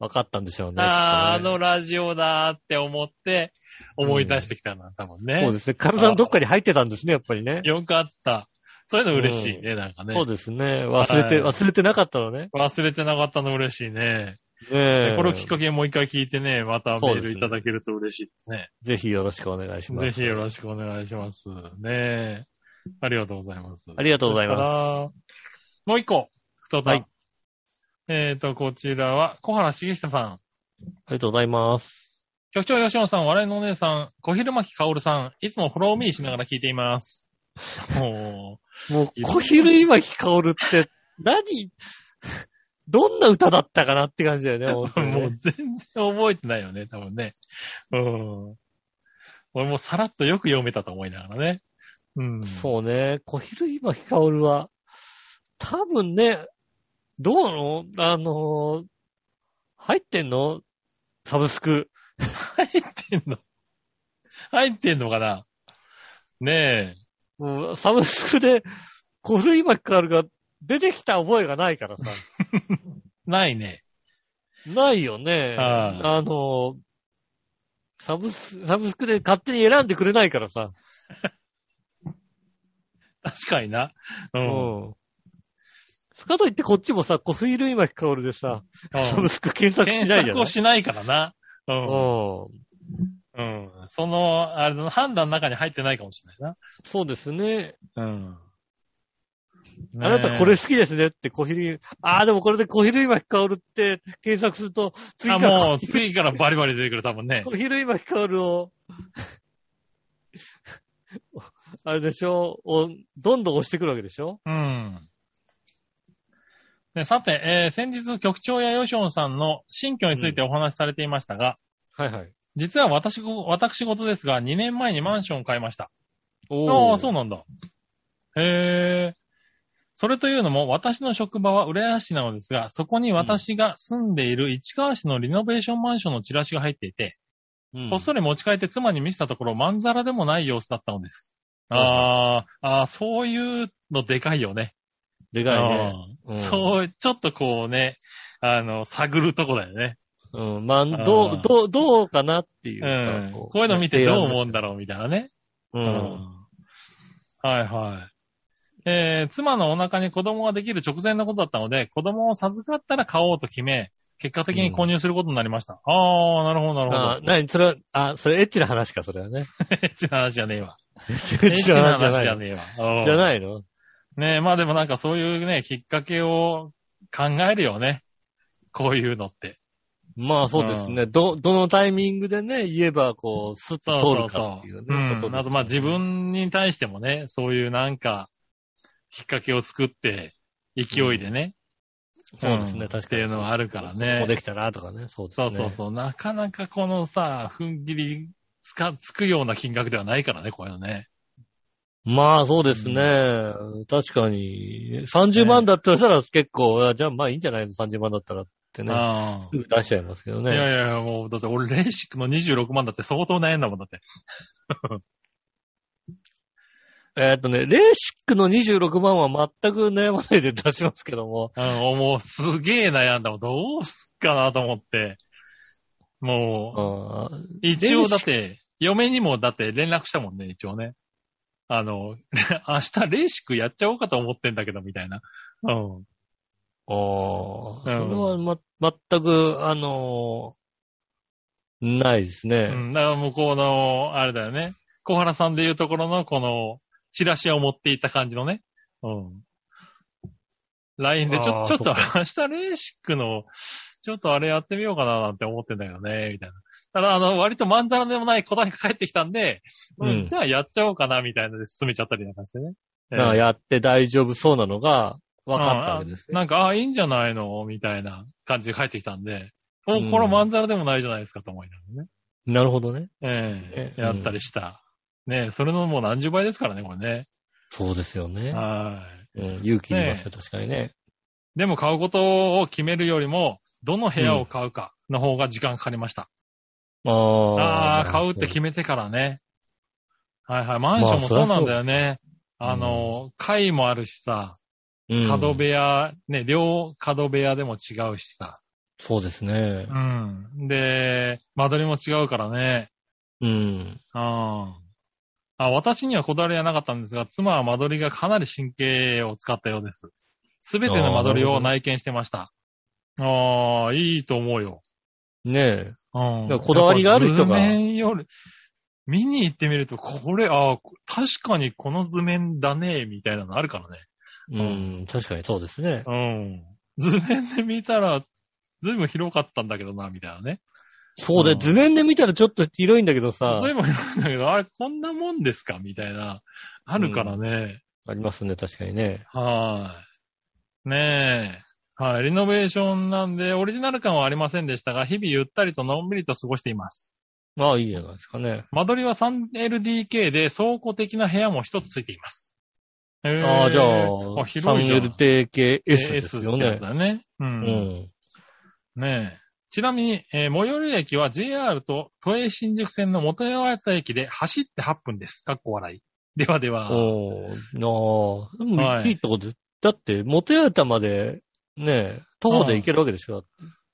分かったんでしょうね。あーあきっとねのラジオだーって思って、思い出してきたな、多分ね。そうですね。体のどっかに入ってたんですね、やっぱりね。よかった。そういうの嬉しいね、なんかね。そうですね。忘れて、はい忘れてなかったのね。忘れてなかったの嬉しいね。ねえこれをきっかけにもう一回聞いてね、またメールいただけると嬉しいですね。ぜひよろしくお願いします。ぜひよろしくお願いします。ねえ。ありがとうございます。ありがとうございますす。もう一個、ふとた。はいえっ、と、こちらは、小原茂久さん。ありがとうございます。局長吉野さん、笑いのお姉さん、小昼巻かおるさん、いつもフォローミーしながら聞いています。ももう、いろいろ小昼今日薫って、 何、どんな歌だったかなって感じだよね、本う、当にね もう全然覚えてないよね、多分ね。うん。俺もさらっとよく読めたと思いながらね。うん。そうね。小昼今日薫は、多分ね、どうなのあのー入ってんのサブスク。入ってんの 入ってんのかなねえ。うんサブスクで、小昼今日薫が出てきた覚えがないからさ。ないね。ないよね。はいあの、サブス、サブスクで勝手に選んでくれないからさ。確かにな。う。うんん。かといってこっちもさ、コスイルイマキカオルでさ、サブスク検索し検ないじゃ索なをいしないからな。う。うんん。うん。その、あれの判断の中に入ってないかもしれないそうですね。な。うん。あなたこねれ好きですねって小昼、ああ、でもこれで小昼今き薫って検索すると、え次あ、からもう、次からバリバリ出てくる、多分ね。小昼今き薫を、あれでしょをどんどん押してくるわけでしょうん。ね、さて、えー先日局長やヨションさんの新居についてお話しされていましたが、はいはい。実は私ご、私事ですが、2年前にマンションを買いました。おああ、そうなんだ。へえ。それというのも、私の職場は浦安市なのですが、そこに私が住んでいる市川市のリノベーションマンションのチラシが入っていて、うんこっそり持ち帰って妻に見せたところ、まんざらでもない様子だったのです。はいはいあーあー、そういうのでかいよね。でかいね。うんそう、ちょっとこうね、あの、探るとこだよね。うん、まあ、んどう、どう、どうかなっていうさうん。こういうの見てどう思うんだだろうみたいなね。う。うんはいはい。えー妻のお腹に子供ができる直前のことだったので、子供を授かったら買おうと決め、結果的に購入することになりました。ああ、なるほど、なるほあど。なに、それは、あ、それエッチな話か、それはね。エッチな話じゃねえわ。 エエッッチな話じじゃゃない。ねえわ。じゃい。ないのねえ、まあでもなんかそういうね、きっかけを考えるよね。こういうのって。まあそうですね。ど、どのタイミングでね、言えば、こう、スッと通るかっていううね、ことん。あとまあ自分に対してもね、そういうなんか、きっかけを作って、勢いでね。そうですね、ん確っかてに。いうのはあるからね。ここできたらとかね、そうですそね。うそうそう。なかなかこのさ、踏ん切りつか、つくような金額ではないからね、こういうのね。まあそうですね。確かに。30万だったらしたら結構、あじゃあまあいいんじゃないの ?30 万だったらってね。あすぐ出しちゃいますけどあ。いやね。いやいや、もう、だって俺、レーシックの26万だって相当悩んだもんだって。えーっとね、レーシックの26万は全く悩まないで出しますけども。うん、もうすげえ悩んだもん。どうすっかなと思って。もあーう、一応だって、嫁にもだって連絡したもんね、一応ね。あの、 明日レーシックやっちゃおうかと思ってんだけど、みたいな。うん。ああ、それうんはま、全く、あのーないですうね。ん、だから向こうの、あれだよね。小原さんでいうところの、この、チラシを持っていった感じのね。うん。LINE で、ちあょ、ーちょっそとっか明日レーシックの、ちょっとあれやってみようかななんて思ってんだけどね、みたいな。ただ、あの、割とまんざらでもない答えが返ってきたんで、うんうんじゃあやっちゃおうかな、みたいなので進めちゃったりなんかしてね。だからえーやって大丈夫そうなのが分かったわけですうんね。あなんか、あいいんじゃないのみたいな感じで返ってきたんで、お、うんこれまんざらでもないじゃないですかと思いながらね。なるほどね。ええうんやったりした。ねえそれのもう何十倍ですからね、これね。そうですよね。はうん、勇気いりますよ、確かにね。い。でも買うことを決めるよりも、どの部屋を買うかの方が時間かかりました。ああああ、買うって決めめてからね。はいはい。マンションもそうなんだよね。まああ、の、階もあるしさ、角部屋。屋、ね、両角部屋でも違うしさ。そうですねう。ん。で、間取りも違うからね。うん。ああ。私にはこだわりはなかったんですが、妻は間取りがかなり神経を使ったようです。すべての間取りを内見してました。ああ、いいと思うよ。ねうんいやこだわりがある人がやっぱ図面より、見に行ってみると、これ、ああ、確かにこの図面だね、みたいなのあるからね。え。うん、確かにそうですね。うん。図面で見たら、ずいぶん広かったんだけどな、みたいなね。そうで、うん図面で見たらちょっと広いんだけどさず、いぶん広いんだけど、あれ、こんなもんですかみたいな、あるからね。ありますね、確かにね。はい。ねえ。はい。リノベーションなんで、オリジナル感はありませんでしたが、日々ゆったりとのんびりと過ごしています。まあいいじゃないですかね。間取りは 3LDK で、倉庫的な部屋も一つついています。へえああ、じゃああ、広いじゃん。 3LTKS ですよ S ってやねつ。だね。うん。うん。ねえ。ちなみに、えー最寄り駅は JR と都営新宿線の元八幡駅で走って8分です。かっこ笑い。ではでは。おー、なあ。でも、はいいいとこで、だって、元八幡まで、ねえ、徒歩で行けるわけでしょ。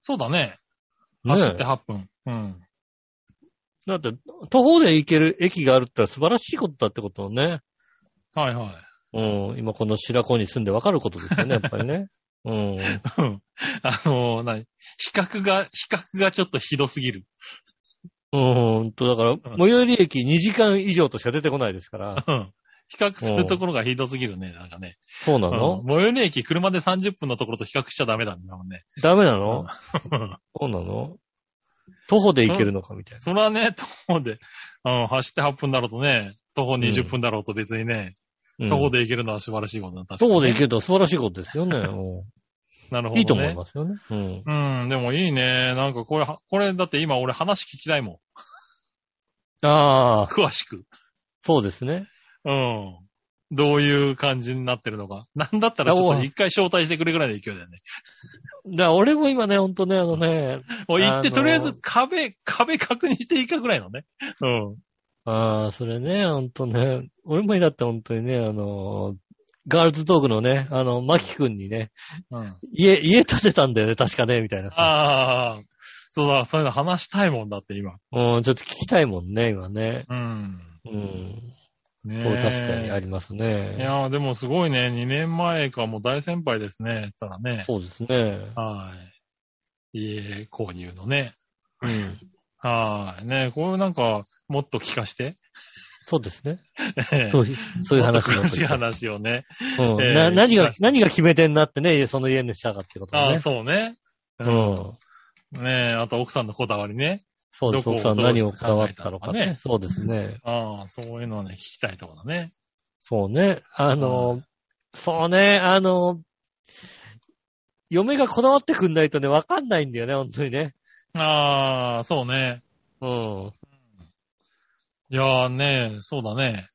そうだね。ね走っえて8分。うん。だって、徒歩で行ける駅があるってのは素晴らしいことだってことをね。はいはい。うん。今、この白子に住んでわかることですよ ね、やっぱりね。うん。うんあのー、なに、比較が、比較がちょっとひどすぎる。うん、と、だから、最寄り駅2時間以上としか出てこないですから。うん比較するところがひどすぎるね、なんかね。そうなうんの、最寄り駅、車で30分のところと比較しちゃダメだね、なんね。ダメなの、うんそうなの徒歩で行けるのかみたいな。それはね、徒歩で、うん、走って8分だろうとね、徒歩20分だろうと別にね、うん徒歩で行けるのは素晴らしいことだ。確か徒にね歩で行けると素晴らしいことですよ ね。うなるんほど、ね。いいと思いますよね。うん。うん、でもいいね。なんかこれ、これだって今俺話聞きたいもあん。あ、詳しく。そうですね。うん。どういう感じになってるのか。なんだったらちょっと一回招待してくれぐらいの勢いだよね。だから俺も今ね、ほんとね、あのね、もう行って、あのーとりあえず壁、壁確認していいかぐらいのね。うん。ああ、それね、ほんとね、俺もだってほんとにね、あの、ガールズトークのね、あの、マキ君にね、うん、家、家建てたんだよね、確かね、みたいなさ。ああ、そうだ、そういうの話したいもんだって今。うん、ちょっと聞きたいもんね、今ね。うん。うん。ねえそう、確かにありますいね。やーでもすごいね。2年前かもう大先輩ですね。たらね。そうですね。はい。家購入のね。うん。はい。ねこういうなんか、もっと聞かして。そうですね。ええそういう、そういうもっ話と詳しいも話をね。うんえーな何聞がきまし、何が決め手になってね、その家にしたかってことああ、ね。そうね。う。うんん。ねえ、あと奥さんのこだわりね。そうです。どこを奥さんどう何をこだわったのか考えたのかねね。そうですね。ああ、そういうのをね、聞きたいところだね。そうね。あうの、そうね、あの、嫁がこだわってくんないとね、わかんないんだよね、本当にね。ああ、そうね。うん。いやーね、そうだね。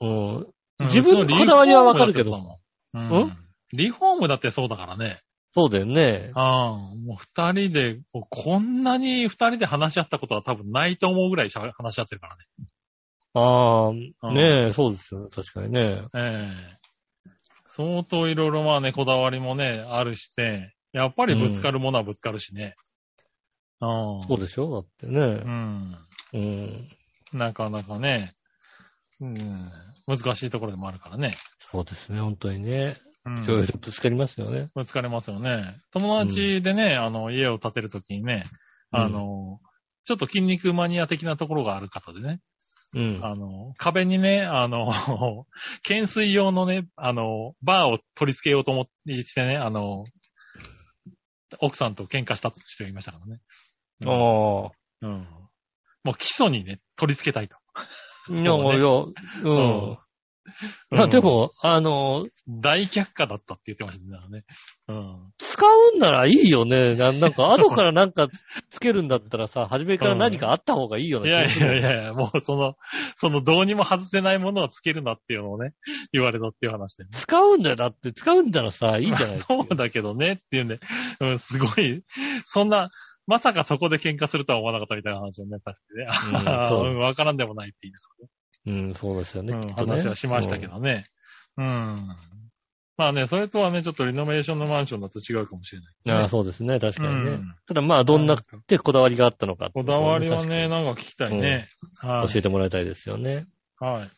うん。うん自分のこだわりはわかるけどそうリフォームだってそううだもんうん。リフォームだってそうだからね。そうだよね。ああ、もう二人で、もうこんなに二人で話し合ったことは多分ないと思うぐらいしゃ話し合ってるからね。ああ、うんねえ、そうですよね。確かにね。ええ相当いろいろまあね、こだわりもね、あるして、やっぱりぶつかるものはぶつかるしね。うん。そうでしょだってねう。ん。うん。なかなかね、うん、難しいところでもあるからね。そうですね、本当にね。うんいろいろぶつかりますよね。ぶつかれますよね。友達でね、あの、家を建てるときにね、あの、ちょっと筋肉マニア的なところがある方でね、うん。あの、壁にね、あの、 懸垂用のね、あの、バーを取り付けようと思ってね、あの、奥さんと喧嘩した人がいましたからね。ああ。うん。もう基礎にね、取り付けたいと。いや、いや、うねん。うんまあでも、あの、大却下だったって言ってましたねだからね。うん。使うんならいいよね。ななん か、後からなんかつけるんだったらさ、初めから何かあった方がいいよいね。やいやいやいや、もうその、そのどうにも外せないものはつけるなっていうのをね、言われたっていう話でね。使うんだよ。だって、使うんならさ、いいじ ゃない。そうだけどねっていうんで、うん、すごい、そんな、まさかそこで喧嘩するとは思わなかったみたいな話をね、されてね。うんそううん、わからんでもないって言いなうん、そうですよね。うんきっとね話はしましたけ。どね。うん。まあね、それとはね、ちょっとリノベーションのマンションだと違うかもしれない、うんああ、そうですね。確かにね。うんただまあ、どんなってこだわりがあったのかっていこうのだをわりは確かにね、なんか聞きたいね。はい。教えてもらいたいですよね。は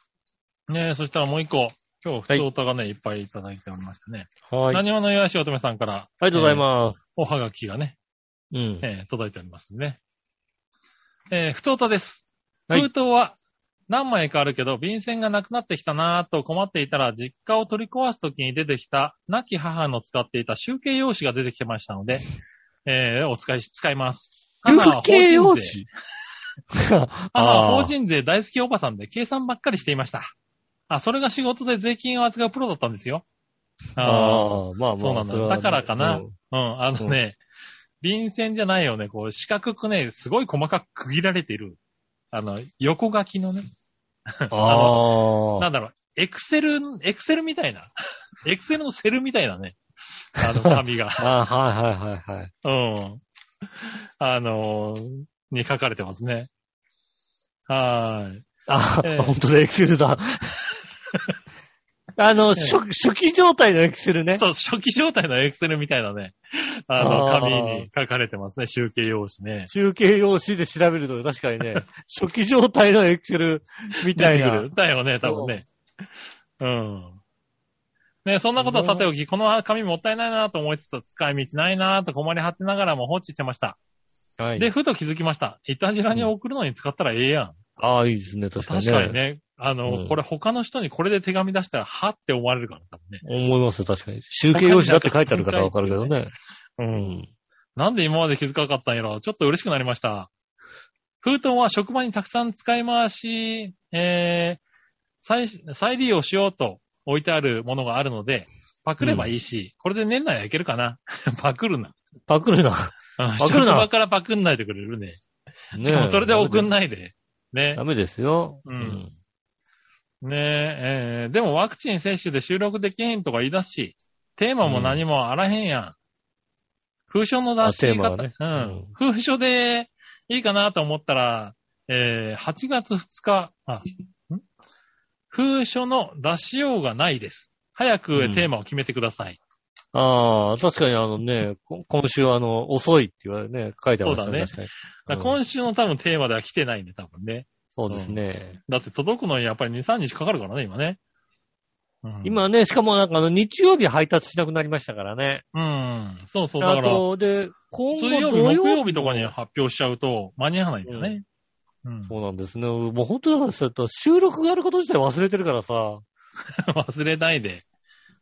い。ねえ、そしたらもう一個。今日、普通おたがね、い、っぱいいただいておりましたね。はい。あ何話のよしおとめさんから、りがとうございます。おはがきがね、うん。えー届いておりますんでね。えー、普通おたです。はい封筒は何枚かあるけど、便箋がなくなってきたなぁと困っていたら、実家を取り壊すときに出てきた、亡き母の使っていた集計用紙が出てきてましたので、えー、お使いし、使います。母は有法人形税用紙母はあ法人税大好きおばさんで計算ばっかりしていました。あ、それが仕事で税金を扱うプロだったんですよ。あああ、ああ、まあまあ。そうなんだれはだからかな うんうん、あのね、便箋じゃないよね、こう、四角くね、すごい細かく区切られている、あの、横書きのね、あなんだろう、エクセル、エクセルみたいな、 エクセルのセルみたいなね、あの、紙が、あ。ああ、はいはいはいはい。うん、あのーに書かれてますね。はーい。あ、ええ本当だ、エクセル だ。あの、初初期状態のエクセルね。そう、初期状態のエクセルみたいなね、あの、あー紙に書かれてますね、集計用紙ね。集計用紙で調べると確かにね、初期状態のエクセルみ出たていくなる。。だよね、多分ね。うん。ね、そんなことはさておき、この紙もったいないなと思いつつ、使い道ないなと困り果てながらも放置してました。はいで、ふと気づきました。いたじらに送るのに使ったらええやん。ああ、いいですね、確かに確ね。かにね。あの、うんこれ他の人にこれで手紙出したら、はって思われるから、多分ね。思いますよ、確かに。集計用紙だって書いてあるからわかるけどね。うう。ん。なんで今まで気づかなかったんやろちょっと嬉しくなりました。封筒は職場にたくさん使い回し、えー、再、再利用しようと置いてあるものがあるので、パクればいいし、これで年内はいけるかな パクるな。パクる な。パクるな職場からパクんないでくれるね。ねしかもそれで送んい。ないで。ねダ。メですよ。うん。ねええーでもワクチン接種で収録できへんとか言い出すし、テーマも何もあらへんやん。封書の出しあテ方ーマはねうん。封書でいいかなと思ったら、えー8月2日、あ、ん封書の出しようがないです。早くうんテーマを決めてください。ああ、確かにあのね、こ今週あの、遅いって言われね、書いてありましたね。確そかに。うん今週の多分テーマでは来てないんで、多分ね。そうですね。だって届くのにやっぱり2、3日かかるからね、今ね。うん、今ね、しかもなんかあの、日曜日配達しなくなりましたからね。うん。そうそう、だかあら。と、で、今後水曜日、土木曜日とかに発表しちゃうと間に合わないんだよね。うん。 そうなんですね。もう本当だからそうやった収録があること自体忘れてるからさ。忘れないで。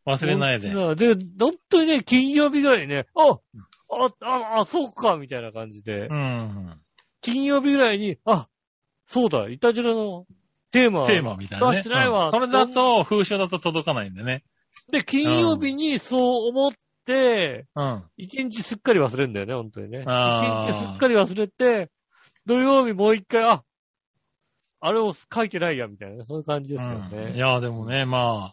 忘れないで。本当だで、本当にね、金曜日ぐらいにね、ああ、あ、あ、そうか、みたいな感じでう。ん。金曜日ぐらいに、あ、そうだ、イタジラのテーマ。テーマみたいなね。出してないわうんそれだと、風習だと届かないんでね。で、金曜日にそう思って、うん。一日すっかり忘れんだよね、本当にね。一あー日すっかり忘れて、土曜日もう一回、あ、あれを書いてないや、みたいなね、そういう感じですようんいね。や、でもね、ま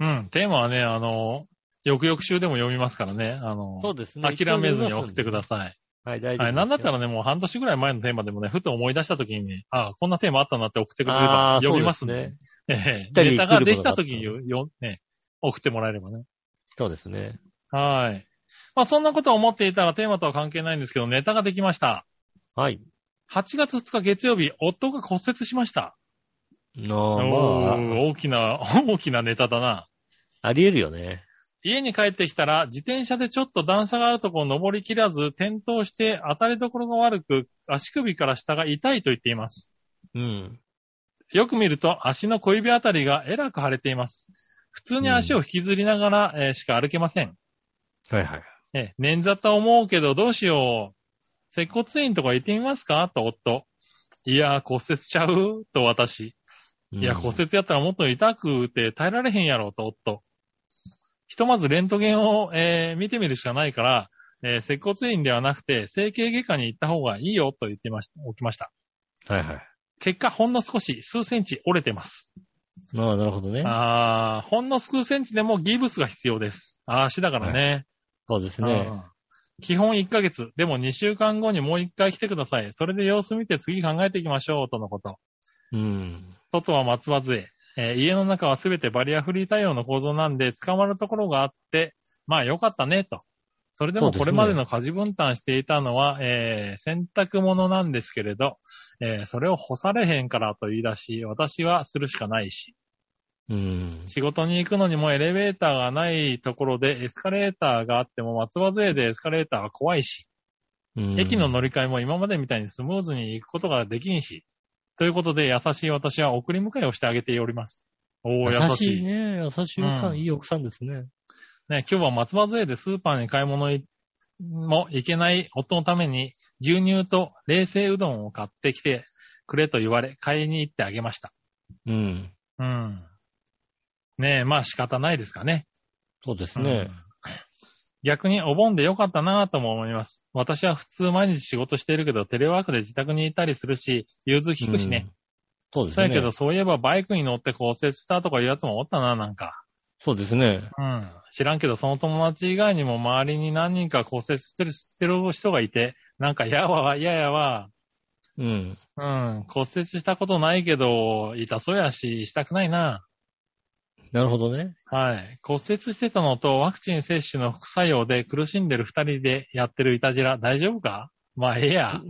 あ、うん、テーマはね、あの、翌々週でも読みますからね。あの、そうですね。諦めずに送ってください。さい。はい、大丈夫はい。なんだったららね、もう半年ぐらい前のテーマでもね、ふと思い出した時にね、あこんなテーマあったなって送ってくれれば読みますんで。。ええたりネタができた来る時もによ、ね、送ってもらえればね。そうですね。はい。まあそんなことを思っていたらテーマとは関係ないんですけど、ネタができました。はい。 8月2日月曜日、夫が骨折しました。なおあ、ーま大きな、 大きなネタだな。あ、あり得るよね。家に帰ってきたら、自転車でちょっと段差があるところを登りきらず、転倒して当たりどころが悪く、足首から下が痛いと言っています。うん。よく見ると足の小指あたりがえらく腫れています。普通に足を引きずりながら、えーしか歩けません。はいはい。え、捻挫と思うけどどうしよう。接骨院とか行ってみますかと夫。いや、骨折しちゃうと私。いや、うん骨折やったらもっと痛くて耐えられへんやろと夫。ひとまずレントゲンを、えー見てみるしかないから、えー接骨院ではなくて整形外科に行った方がいいよと言ってましおきました。はいはい。結果、ほんの少し、数センチ折れてます。まあ、なるほどね。あーほんの数センチでもギブスが必要です。あー足だからね。そうですうね。ん基本1ヶ月。でも2週間後にもう1回来てください。それで様子見て次考えていきましょう、とのこと。うん。外は松葉杖。えー家の中はすべてバリアフリー対応の構造なんで、捕まるところがあって、まあよかったね、と。それでそうもですねこれまでの家事分担していたのは、えー洗濯物なんですけれど、えーそれを干されへんからと言い出し、私はするしかないし。うん。仕事に行くのにもエレベーターがないところでエスカレーターがあっても松葉杖でエスカレーターは怖いし、うん駅の乗り換えも今までみたいにスムーズに行くことができんし、ということで優しい私は送り迎えをしてあげております。おー、優優しい。しいね。優しい奥さん、うんいい奥さんですね。ね、今日は松葉杖でスーパーに買い物いも行けない夫のために牛乳と冷製うどんを買ってきてくれと言われ、買いに行ってあげました。うん。うん。ねえ、まあ仕方ないですかね。そうですね。逆にお盆で良かったなぁとも思います。私は普通毎日仕事してるけど、テレワークで自宅にいたりするし、融通聞くしね。うん。そうですそうね。やけど、そういえばバイクに乗って骨折したとかいうやつもおったな、なんか。そうですね。うん。知らんけど、その友達以外にも周りに何人か骨折してるしてる人がいて、なんか、やわ、ややわ、うん。うん、骨折したことないけど、痛そうやし、したくないな。なるほどね。はい。骨折してたのとワクチン接種の副作用で苦しんでる二人でやってるいたじら大丈夫かまあ、ええや。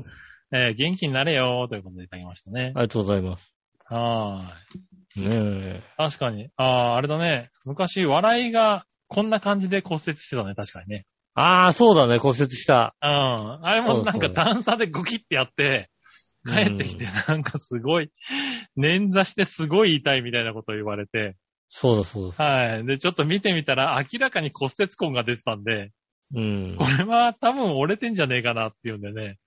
えー元気になれよ、ということでいただきましたね。ありがとうございます。はーい。ねえ。確かに。ああ、あれだね。昔、笑いがこんな感じで骨折してたね、確かにね。ああ、そうだね。骨折した。うん。あれもなんそうそかう段差でゴキってやって、帰ってきて、なんかすごい、捻挫してすごい痛いみたいなことを言われて、そうだそうだ。はい。で、ちょっと見てみたら、明らかに骨折痕が出てたんで、 うんこ。れは多分折れてんじゃねえかなっていうんでね、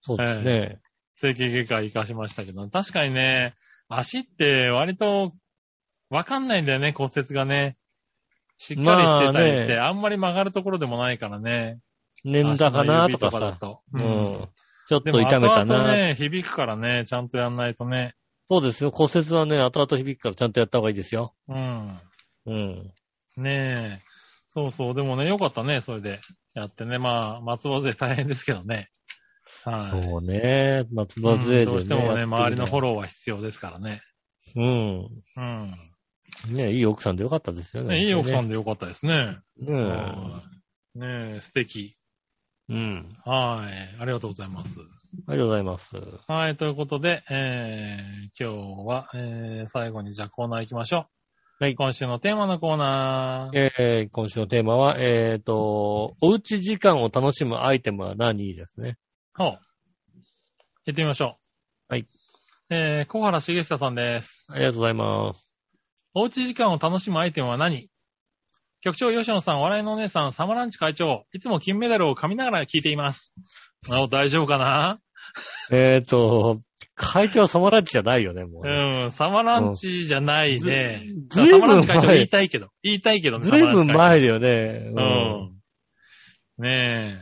そうですね。整形外科行かしましたけど、確かにね、足って割とわかんないんだよね、骨折がね。しっかりしてたりって、まああねんまり曲がるところでもないからね。捻挫かなとかさ。足の指とうだと。ん。ちょっでとも痛めた後々な。ね、響くからね、ちゃんとやんないとね。そうですよ。骨折はね、後々響くからちゃんとやった方がいいですよ。うん。うん。ねえ。そうそう。でもね、よかったね、それで。やってね。まあ、松葉勢大変ですけどね。はい。そうね。松う葉ん杖でね。どうしてもね、やってみ周りのフォロローは必要ですからね。ー。うん。うん。ねいい奥さんでよかったですよね。ねいい奥さんで。でよかったですね。う。うんねえ、素敵。うん。はい。ありがとうございます。ありがとうございます。はい。ということで、えー、今日は、えー、最後にじゃあコーナー行きましょう。はい今週のテーマのコーナー。えー、今週のテーマは、えっ、と、おうち時間を楽しむアイテムは何ですね。ほう。行ってみましょう。はい。えー、小原茂久さんです。ありがとうございます。おうち時間を楽しむアイテムは何局長吉野さん、笑いのお姉さん、サマランチ会長、いつも金メダルを噛みながら聞いています。あ大丈夫かなえっ、と、会長サマランチじゃないよね、もうね、うん、サマランチじゃないね。ずずいぶん前サマランチ会長言いたいけど。言いたいけどね。ずいぶんサマラン前チだよね。会長うん。ね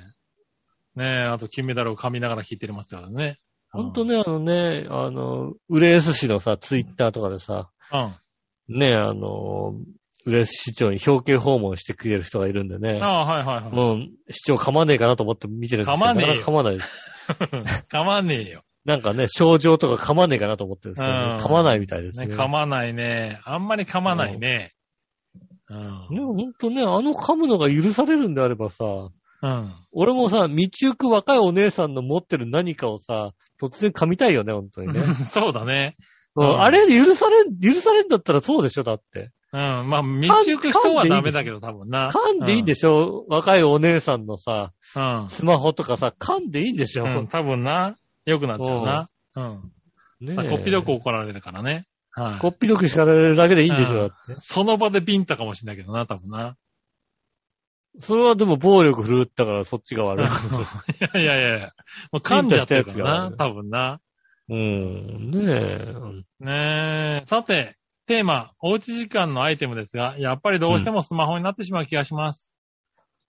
え。ねえ、あと金メダルを噛みながら聞いてますからね。ほんとね、あのね、あの、ウレース市のさ、ツイッターとかでさ、うん。ね、あの、ウレース市長に表敬訪問してくれる人がいるんでうん。ねあ、あ、はいはいはい。もう市長噛まねえかなと思って見てるんですけど、噛まねえよなかなか噛まないです。噛まねえよ。なんかね、症状とか噛まねえかなと思ってるんですけど、うん噛まないみたいですね、ね。噛まないね。あんまり噛まないね。うん。ね、ほんとね、あの噛むのが許されるんであればさ、うん。俺もさ、道行く若いお姉さんの持ってる何かをさ、突然噛みたいよね、本当にね。 そうだね。ううんん、あれ許されん、許されんだったらそうでしょ、だって。うん。まあ、道行く人はダメだけど、多分な。噛んでいいんでししょ、若いお姉さんのさ、ょ。うん。スマホとかさ、噛んでいいんでしょ、うん、多分な。良くなっちゃうな。うん。ねまあこっぴどく怒られるからね。はい。こっぴどく叱られるだけでいいんでしうょ、んだって。その場でビンタかもしれないけどな、多分な。それはでも暴力振るったからそっちが 悪い。いやいやいやいやもう噛んじゃってるからビンタしな、た多分な。うん、ねえ。ねえ。さて、テーマ、おうち時間のアイテムですが、やっぱりどうしてもスマホになってしまう気がします。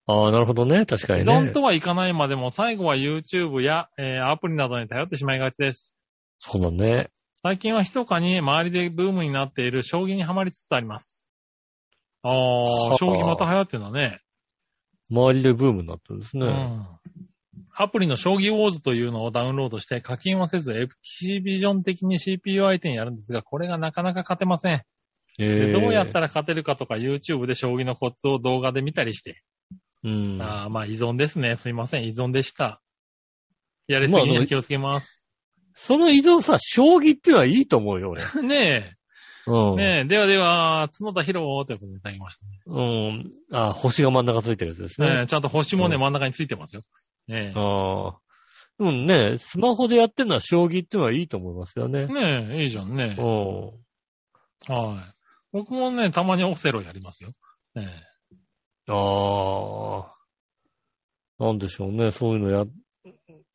ああ、なるほどね、確か依に存、ね。とはいかないまでも、最後は YouTube や、えーアプリなどに頼ってしまいがちです。そうだね。最近は密かに周りでブームになっている将棋にはまりつつあります。あはあ、あ将棋また流行ってるんだね。周りでブームになったんですね。うんアプリの将棋ウォーズというのをダウンロードして課金はせずエキシビジョン的に CPU 相手にやるんですが、これがなかなか勝てません。えでえどうやったら勝てるかとか YouTube で将棋のコツを動画で見たりして。うん。あーまあ依存ですね。すいません。依存でした。やりすぎには気をつ けます。その依存さ、将棋っていうのはいいと思うよ、俺。ねうえ。ん。ねえ。ではでは、角田博夫ということでいただきましたうん。あ、星が真ん中ついてるやつですね。ね。ええちゃんと星もね、うん真ん中についてますよ。ねああ。でもね、スマホでやってるのは将棋っていうのはいいと思いますよねえ。。ねえ、いいじゃんねう。ん。はい。僕もね、たまにオセロやりますよ。ねえ。ああ。なんでしょうね、そういうのや、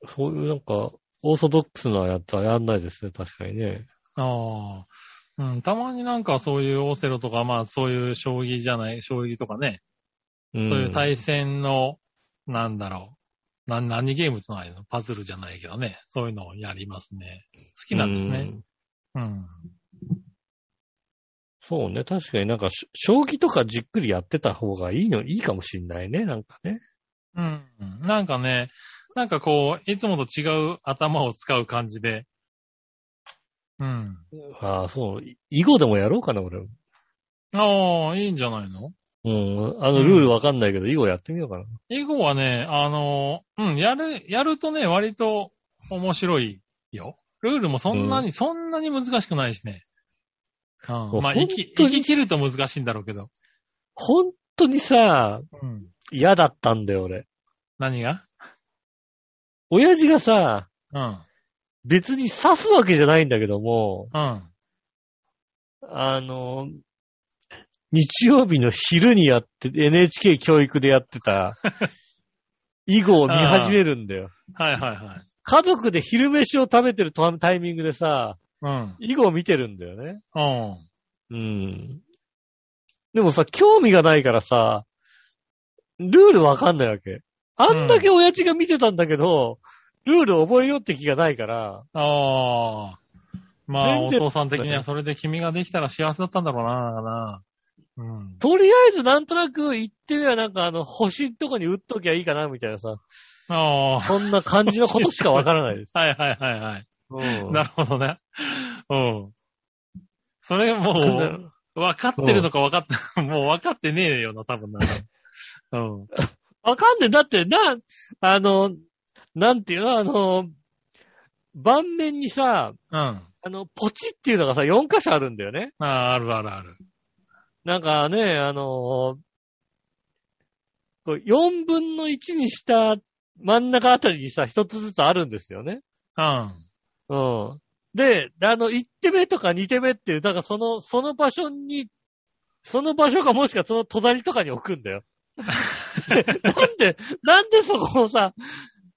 そういうなんか、オーソドックスなやつはやんないですね、確かにね。ああ。うん、たまになんかそういうオセロとか、まあそういう将棋じゃない、将棋とかね、うん。そういう対戦の、なんだろう、な何ゲームつないのパズルじゃないけどね、そういうのをやりますね。好きなんですうね。うん。そうね、確かになんかし、将棋とかじっくりやってた方がいいの、いいかもしんないね、なんかね。うん。なんかね、なんかこう、いつもと違う頭を使う感じで、うん。ああ、そう、い囲碁でもやろうかな、俺。ああ、いいんじゃないのうん、あの、ルールわかんないけど、囲碁やってみようかな。英語はね、あの、うん、やる、やるとね、割と面白いよ。ルールもそんなに、そんなに難しくないしね。うもん。うまあ、本生き、当生にき切ると難しいんだろうけど。本当にさ、うん。嫌だったんだよ、俺。何が親父がさ、うん。別に刺すわけじゃないんだけども、うん。あの、日曜日の昼にやって、NHK 教育でやってた、囲碁を見始めるんだよ。はいはいはい。家族で昼飯を食べてるタタイミングでさ、うん。囲碁を見てるんだよね。うん。うん。でもさ、興味がないからさ、ルールわかんないわけ。あんだけ親父が見てたんだけど、ルール覚えようって気がないから、ああ。まあ、全お然父さん的にはそれで君ができたら幸せだったんだろうな、な。うん。とりあえずなんとなく言ってみればなんかあの、星とかに打っときゃいいかなみたいなさ、ああ。そんな感じのことしかわからないです。はいはいはいはい。 うんなるほどね。うん。それもう、分かってるのか分かって、 もう分かってねえよな、多分な。うん。わかんない。だって、な、あの、なんていうの、あの、盤面にさ、うん。ああの、ポチっていうのがさ、4箇所あるんだよね。あ、あるあるある。なんかね、あのー、4分の1にした真ん中あたりにさ、一つずつあるんですよね。うん。うん。で、あの、1手目とか2手目っていう、だからその、その場所に、その場所かもしくはその隣とかに置くんだよ。でなんで、なんでそこをさ、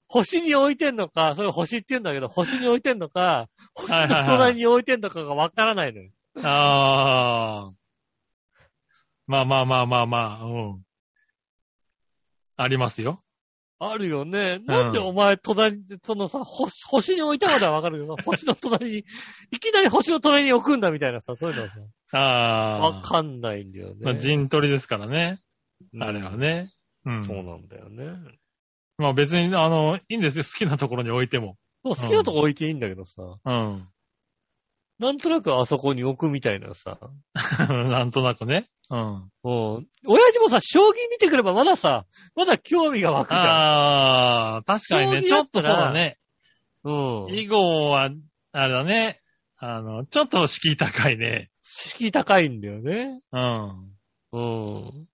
星に置いてんのか、それ星って言うんだけど、星に置いてんのか、星の隣に置いてんのかがわからないのよ。ああ。まあまあまあまあまあ、うん。ありますよ。あるよね。なんでお前、隣に、そのさ、星星に置いたことはわかるけど、星の隣に、いきなり星の隣に置くんだみたいなさ、そういうのはさ、わああ。かんないんだよね。まあ、陣取りですからね。うんあれはね。うん。そうなんだよね。まあ別に、あの、いいんですよ。好きなところに置いても。そう好きなとこ置いていいんだけどさ、うん。 なんとなくあそこに置くみたいなさ、なんとなくね。うん。うん。親父もさ、将棋見てくればまださ、まだ興味が湧くじゃん。ああ、確かにね。ち将棋ょだっっとたらそうだね。うん。囲碁は、あれだね。あの、ちょっと敷居高いね。敷居高いんだよね。うん。うん。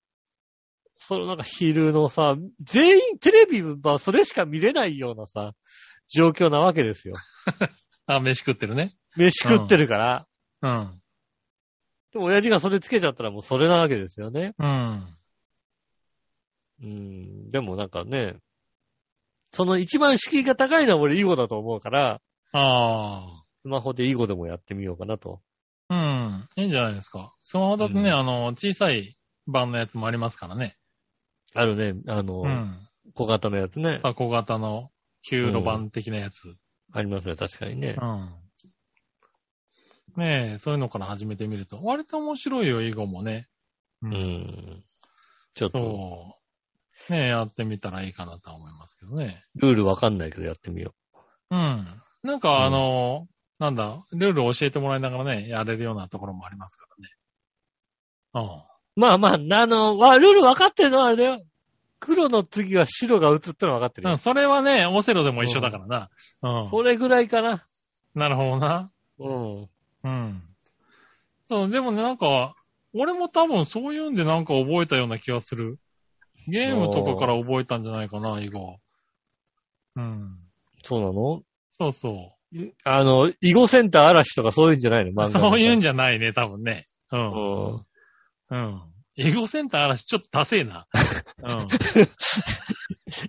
そのなんか昼のさ、全員テレビはそれしか見れないようなさ、状況なわけですよ。あ、飯食ってるね。飯食ってるから。うん。でも親父がそれつけちゃったらもうそれなわけですよね。うん。うん。でもなんかね、その一番敷居が高いのは俺囲碁だと思うから、あスマホで囲碁でもやってみようかなと。あ。うん。いいんじゃないですか。スマホだとね、うんあの、小さい版のやつもありますからね。あるね、あの、うん。小型のやつね。さあ小型の9路版的なやつ。ありますね、確かにねう。ん。ねえ、そういうのから始めてみると。割と面白いよ、囲碁もね。うう。ん。ちょっと、そう。ねえ、やってみたらいいかなとは思いますけどね。ルールわかんないけどやってみようん。なんか、あの、なんだ、ルールを教えてもらいながらね、やれるようなところもありますからね。うん。う。まあまあ、あの、わルールわかってるのはあれだよ。黒の次は白が打つってのは分かってるうよん、。それはね、オセロでも一緒だからな。うん。これぐらいかな。なるほどな。うん。うん。そう、でもね、なんか、俺も多分そういうんでなんか覚えたような気がする。ゲームとかから覚えたんじゃないかな、囲碁。うん。そうなのそうそいあの、囲碁センター嵐とかそういうんじゃないのう。漫画。そういうんじじゃないね、多分ね。うゃん。うん。うん。囲碁センター嵐ちょっとダセえ な。うん。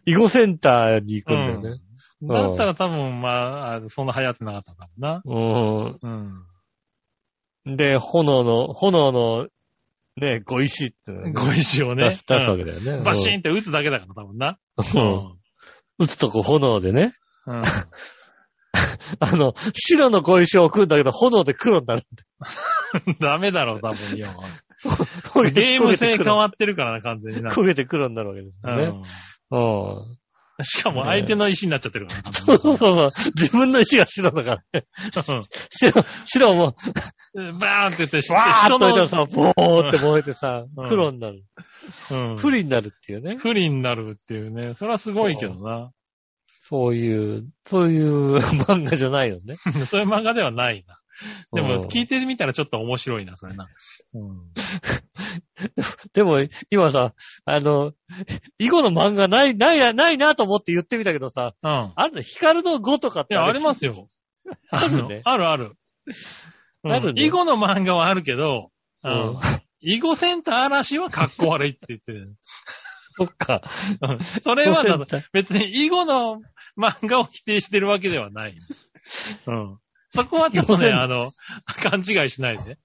囲碁センターに行くんだよね。んだったら多分、まああの、そんな流行ってなかったんだもんな。ううん。ん。で、炎の、炎の、ね、碁石ってのがね、ご石を出ねす。出すわけだよね。うんバシーンって打つだけだから、多分な。うん。打つとこ炎でね。うん。 あの、白の小石を置くんだけど、炎で黒になる。ダメだろ、多分よ。ゲーム性変はわってるからな、完全にな。焦げて黒になるわけですよね。うんうん。しかも相手の石になっちゃってるからな。そうそうそう。自分の石が白だからね。白、白も、うんバーンって言って、わーっと人置いたらの、さ、ボーって燃えてさう、ん黒になる。うん不利になるっていうね。不利になるっていうね。それはすごいけどな。そういう、そういう 漫画じゃないよね。そういう漫画ではないな。でうも、ん聞いてみたらちょっと面白いな、それな。うんでも、今さ、あの、囲碁の漫画ない、ないな、ないなと思って言ってみたけどさ、うん。あるの、ヒカルの5とかっいてや、れありますよ。ああるねの、あるある。うんあるね囲碁の漫画はあるけど、あうのん。囲碁センター嵐は格好悪いって言ってる。 そっか。うんそれはだセンター別に囲碁の漫画を否定してるわけで はない。うん。そこはちょっと囲碁ね、センターあの、勘違いしないで。うん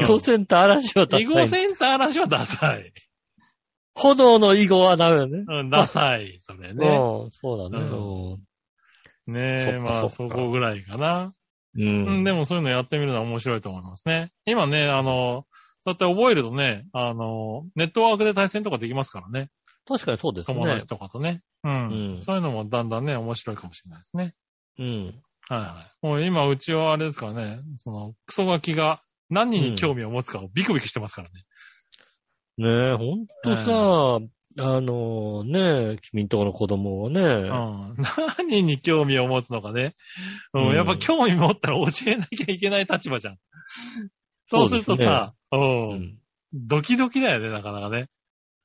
囲碁センター嵐はダ囲サ碁い。センター嵐はダサい。炎の囲碁はダメだね。うん、ダサい。そ れね。うん、そうだね。ねえ、そっかまあそそっかこぐらいかな。ううん、ん。でもそういうのやってみるのは面白いと思いますね。今ね、あの、そうやって覚えるとね、あの、ネットワークで対戦とかできますからね。確かにそうです友ね達。とかとね。うん。うんそういうのもだんだんね、面白いかもしれないですね。うん。はいはい。もう今、うちはあれですからね、その、クソガキが何に興味を持つかをビクビクしてますからね。ねえ、ほんとさ、あのねえ、君んとこの子供はね、うん。何に興味を持つのかね。うん。うんやっぱ興味持ったら教えなきゃいけない立場じゃん。そうするとさ、ううん。ん。ドキドキだよね、なかなかね。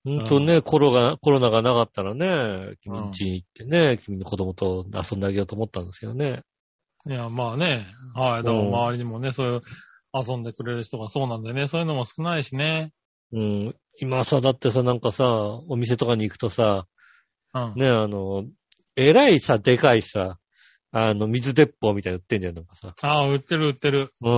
ほんとね、コロナ、コロナがなかったらね、君ん家に行ってね、君の子供と遊んであげようと思ったんですけどね。いや、まあね。はい。でも周りにもね、そういう遊んでくれる人がそうなんでね、そういうのも少ないしね。うん。今さ、だってさ、なんかさ、お店とかに行くとさ、うん。ね、あの、えらいさ、でかいさ、あの、水鉄砲みたいなの売ってんじゃん、なんかさ。ああ、売ってる売ってる。う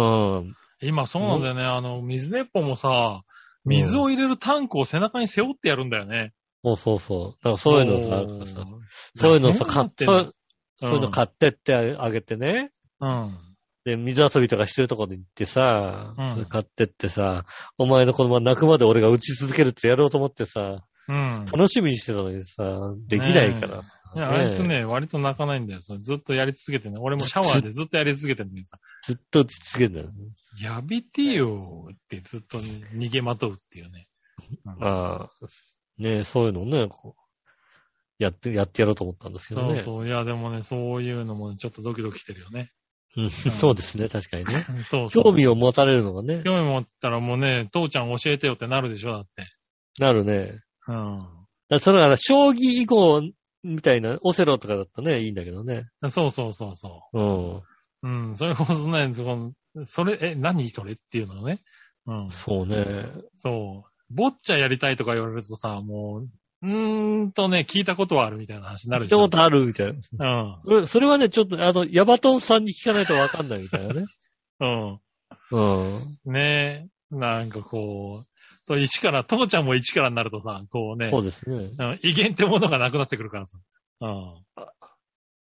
ん。今そうなんだよね。あの、水鉄砲もさ、水を入れるタンクを背中に背負ってやるんだよね。そうそうそう。なんかそういうのさ、なんかさそういうのさ、買買っ、っててそんうそういうの買ってってあげてね。うん。で、水遊びとかしてるとこで行ってさ、うんそれ買ってってさ、お前の子供は泣くまで俺が打ち続けるってやろうと思ってさ、うん。楽しみにしてたのにさ、できないから。いや、あいつねね、割と泣かないんだよ。それずっとやり続けてね。俺もシャワーでずっとやり続けてるんだよ。ずっと打ち続けるんだよね。やめてよってずっと逃げまとうっていうね。ああ、ねそういうのをね、こう、やって、やってやろうと思ったんですけどそうね。そう。いや、でもね、そういうのもちょっとドキドキしてるよね。うんそうですね、確かにね。 そうそう。興味を持たれるのがね、興味持ったらもうね、父ちゃん教えてよってなるでしょ、だって。なるね。うん。だからそれから、将棋以降みたいな、オセロとかだったらね、いいんだけどね。そうそうそうそうん。う。うん。それこそね、そこそれ、え、何それっていうのね。うん。そうね。そう。ボッチャやりたいとか言われるとさ、もう、うーんとね、聞いたことはあるみたいな話になる聞いでしたょ。ことあるみたいな。うん。うん、それはね、ちょっと、あの、ヤバトンさんに聞かないとわかんないみた いなね。ううん。ん。ねえ。なんかこう、と一から、父ちゃんも一からになるとさ、こうね、そうですね。うん威厳ってものがなくなってくるからさ。うん。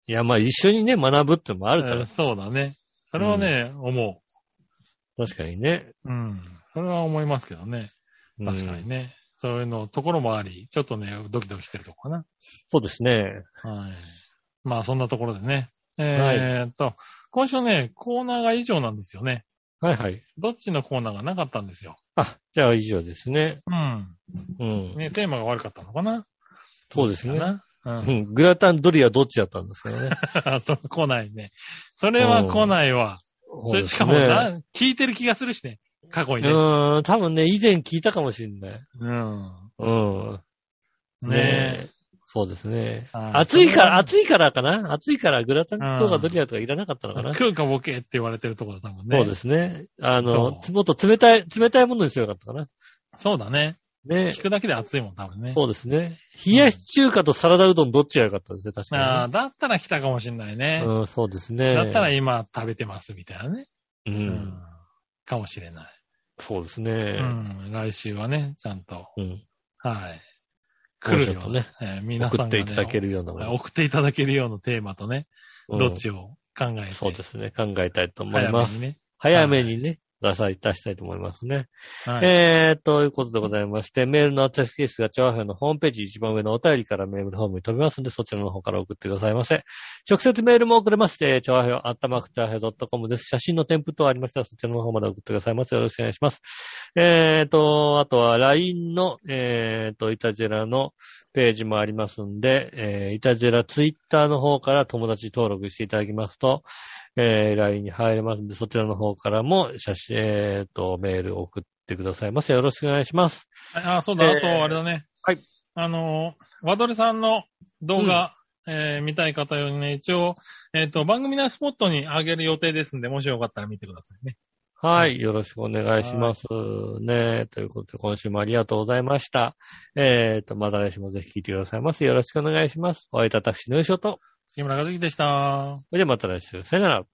いや、まあ一緒にね、学ぶってのもあるから、うんそうだね。それはね、思確かにね。う。うん。それは思いますけどね。うん確かにね。そういうの、ところもあり、ちょっとね、ドキドキしてるとこかそうですね。な。はい。まあ、そんなところでね。えーっと、今週ね、コーナーが以上なんですよね。はいはい。どっちのコーナーがなかったんですよ。あ、じゃあ以上ですね。うん。うん。ね、テーマが悪かったのかなそうですね。かなうん う。ん。グラタンドリアどっちだったんですかね。そう来ないね。それは来ないわ。そ それしかもな、聞いてる気がするしね。過去うにね。ね。うーん、多分ね、以前聞いたかもしれない。うん。うん。ねえ。え。そうですね。はい暑いかそれはら、暑いからかな暑いからグラタンとかドリアとかいらなかったのかな、食うかボケって言われてるところだもんね。そうですね。あの、そもっと冷たい、冷たいものにすればよかったかな。そうだね。ね聞。くだけで熱いもん、多分ね。そうですね。冷やし中華とサラダうどんどっちが良かったですね、確ああ、かだったら来たかもしんないにねね。。うん、そうですね。だったら今食べてます、みたいなね。う。。うんかもしれない。そうですうね。ん。来週はね、ちゃんと。うん。はい。来もうるよちょっとうねな。えー皆さ送んがっねていただけるようなもの。送っていただけるようなテーマとね、うんどっちを考えて。そうですね。考えたいと思い早まめすに。ね。早めにね、出さ、いたしたいと思いますね。はい。えー、ということでございまして、メールの宛先ですが、チャワヘのホームページ一番上のお便りからメールフォームに飛びますので、そちらの方から送ってくださいませ。直接メールも送れます。えー、チャワヘアッタマークチャワヘドットコムです。写真の添付等ありましたら、そちらの方まで送ってくださいませ。よろしくお願いします。えーと、あとは LINE の、えーと、イタジェラのページもありますんで、えー、イタジェラツイッターの方から友達登録していただきますと、えー、LINE に入れますんで、そちらの方からも写真、えーと、メールを送ってってくださいませ。よろしくお願いします。あ、そうだ、えーあと、あれだね。はい。あのー、ワドルさんの動画、えー見たい方用にね、一応、えっ、と、番組内スポットにあげる予定ですんで、もしよかったら見てくださいね。はい。よろしくお願いします。ねということで、今週もありがとうございました。えっ、と、また来週もぜひ聞いてくださいませ。よろしくお願いします。お会いいたたくしのよしおと。木村和樹でした。それではまた来週。さよなら。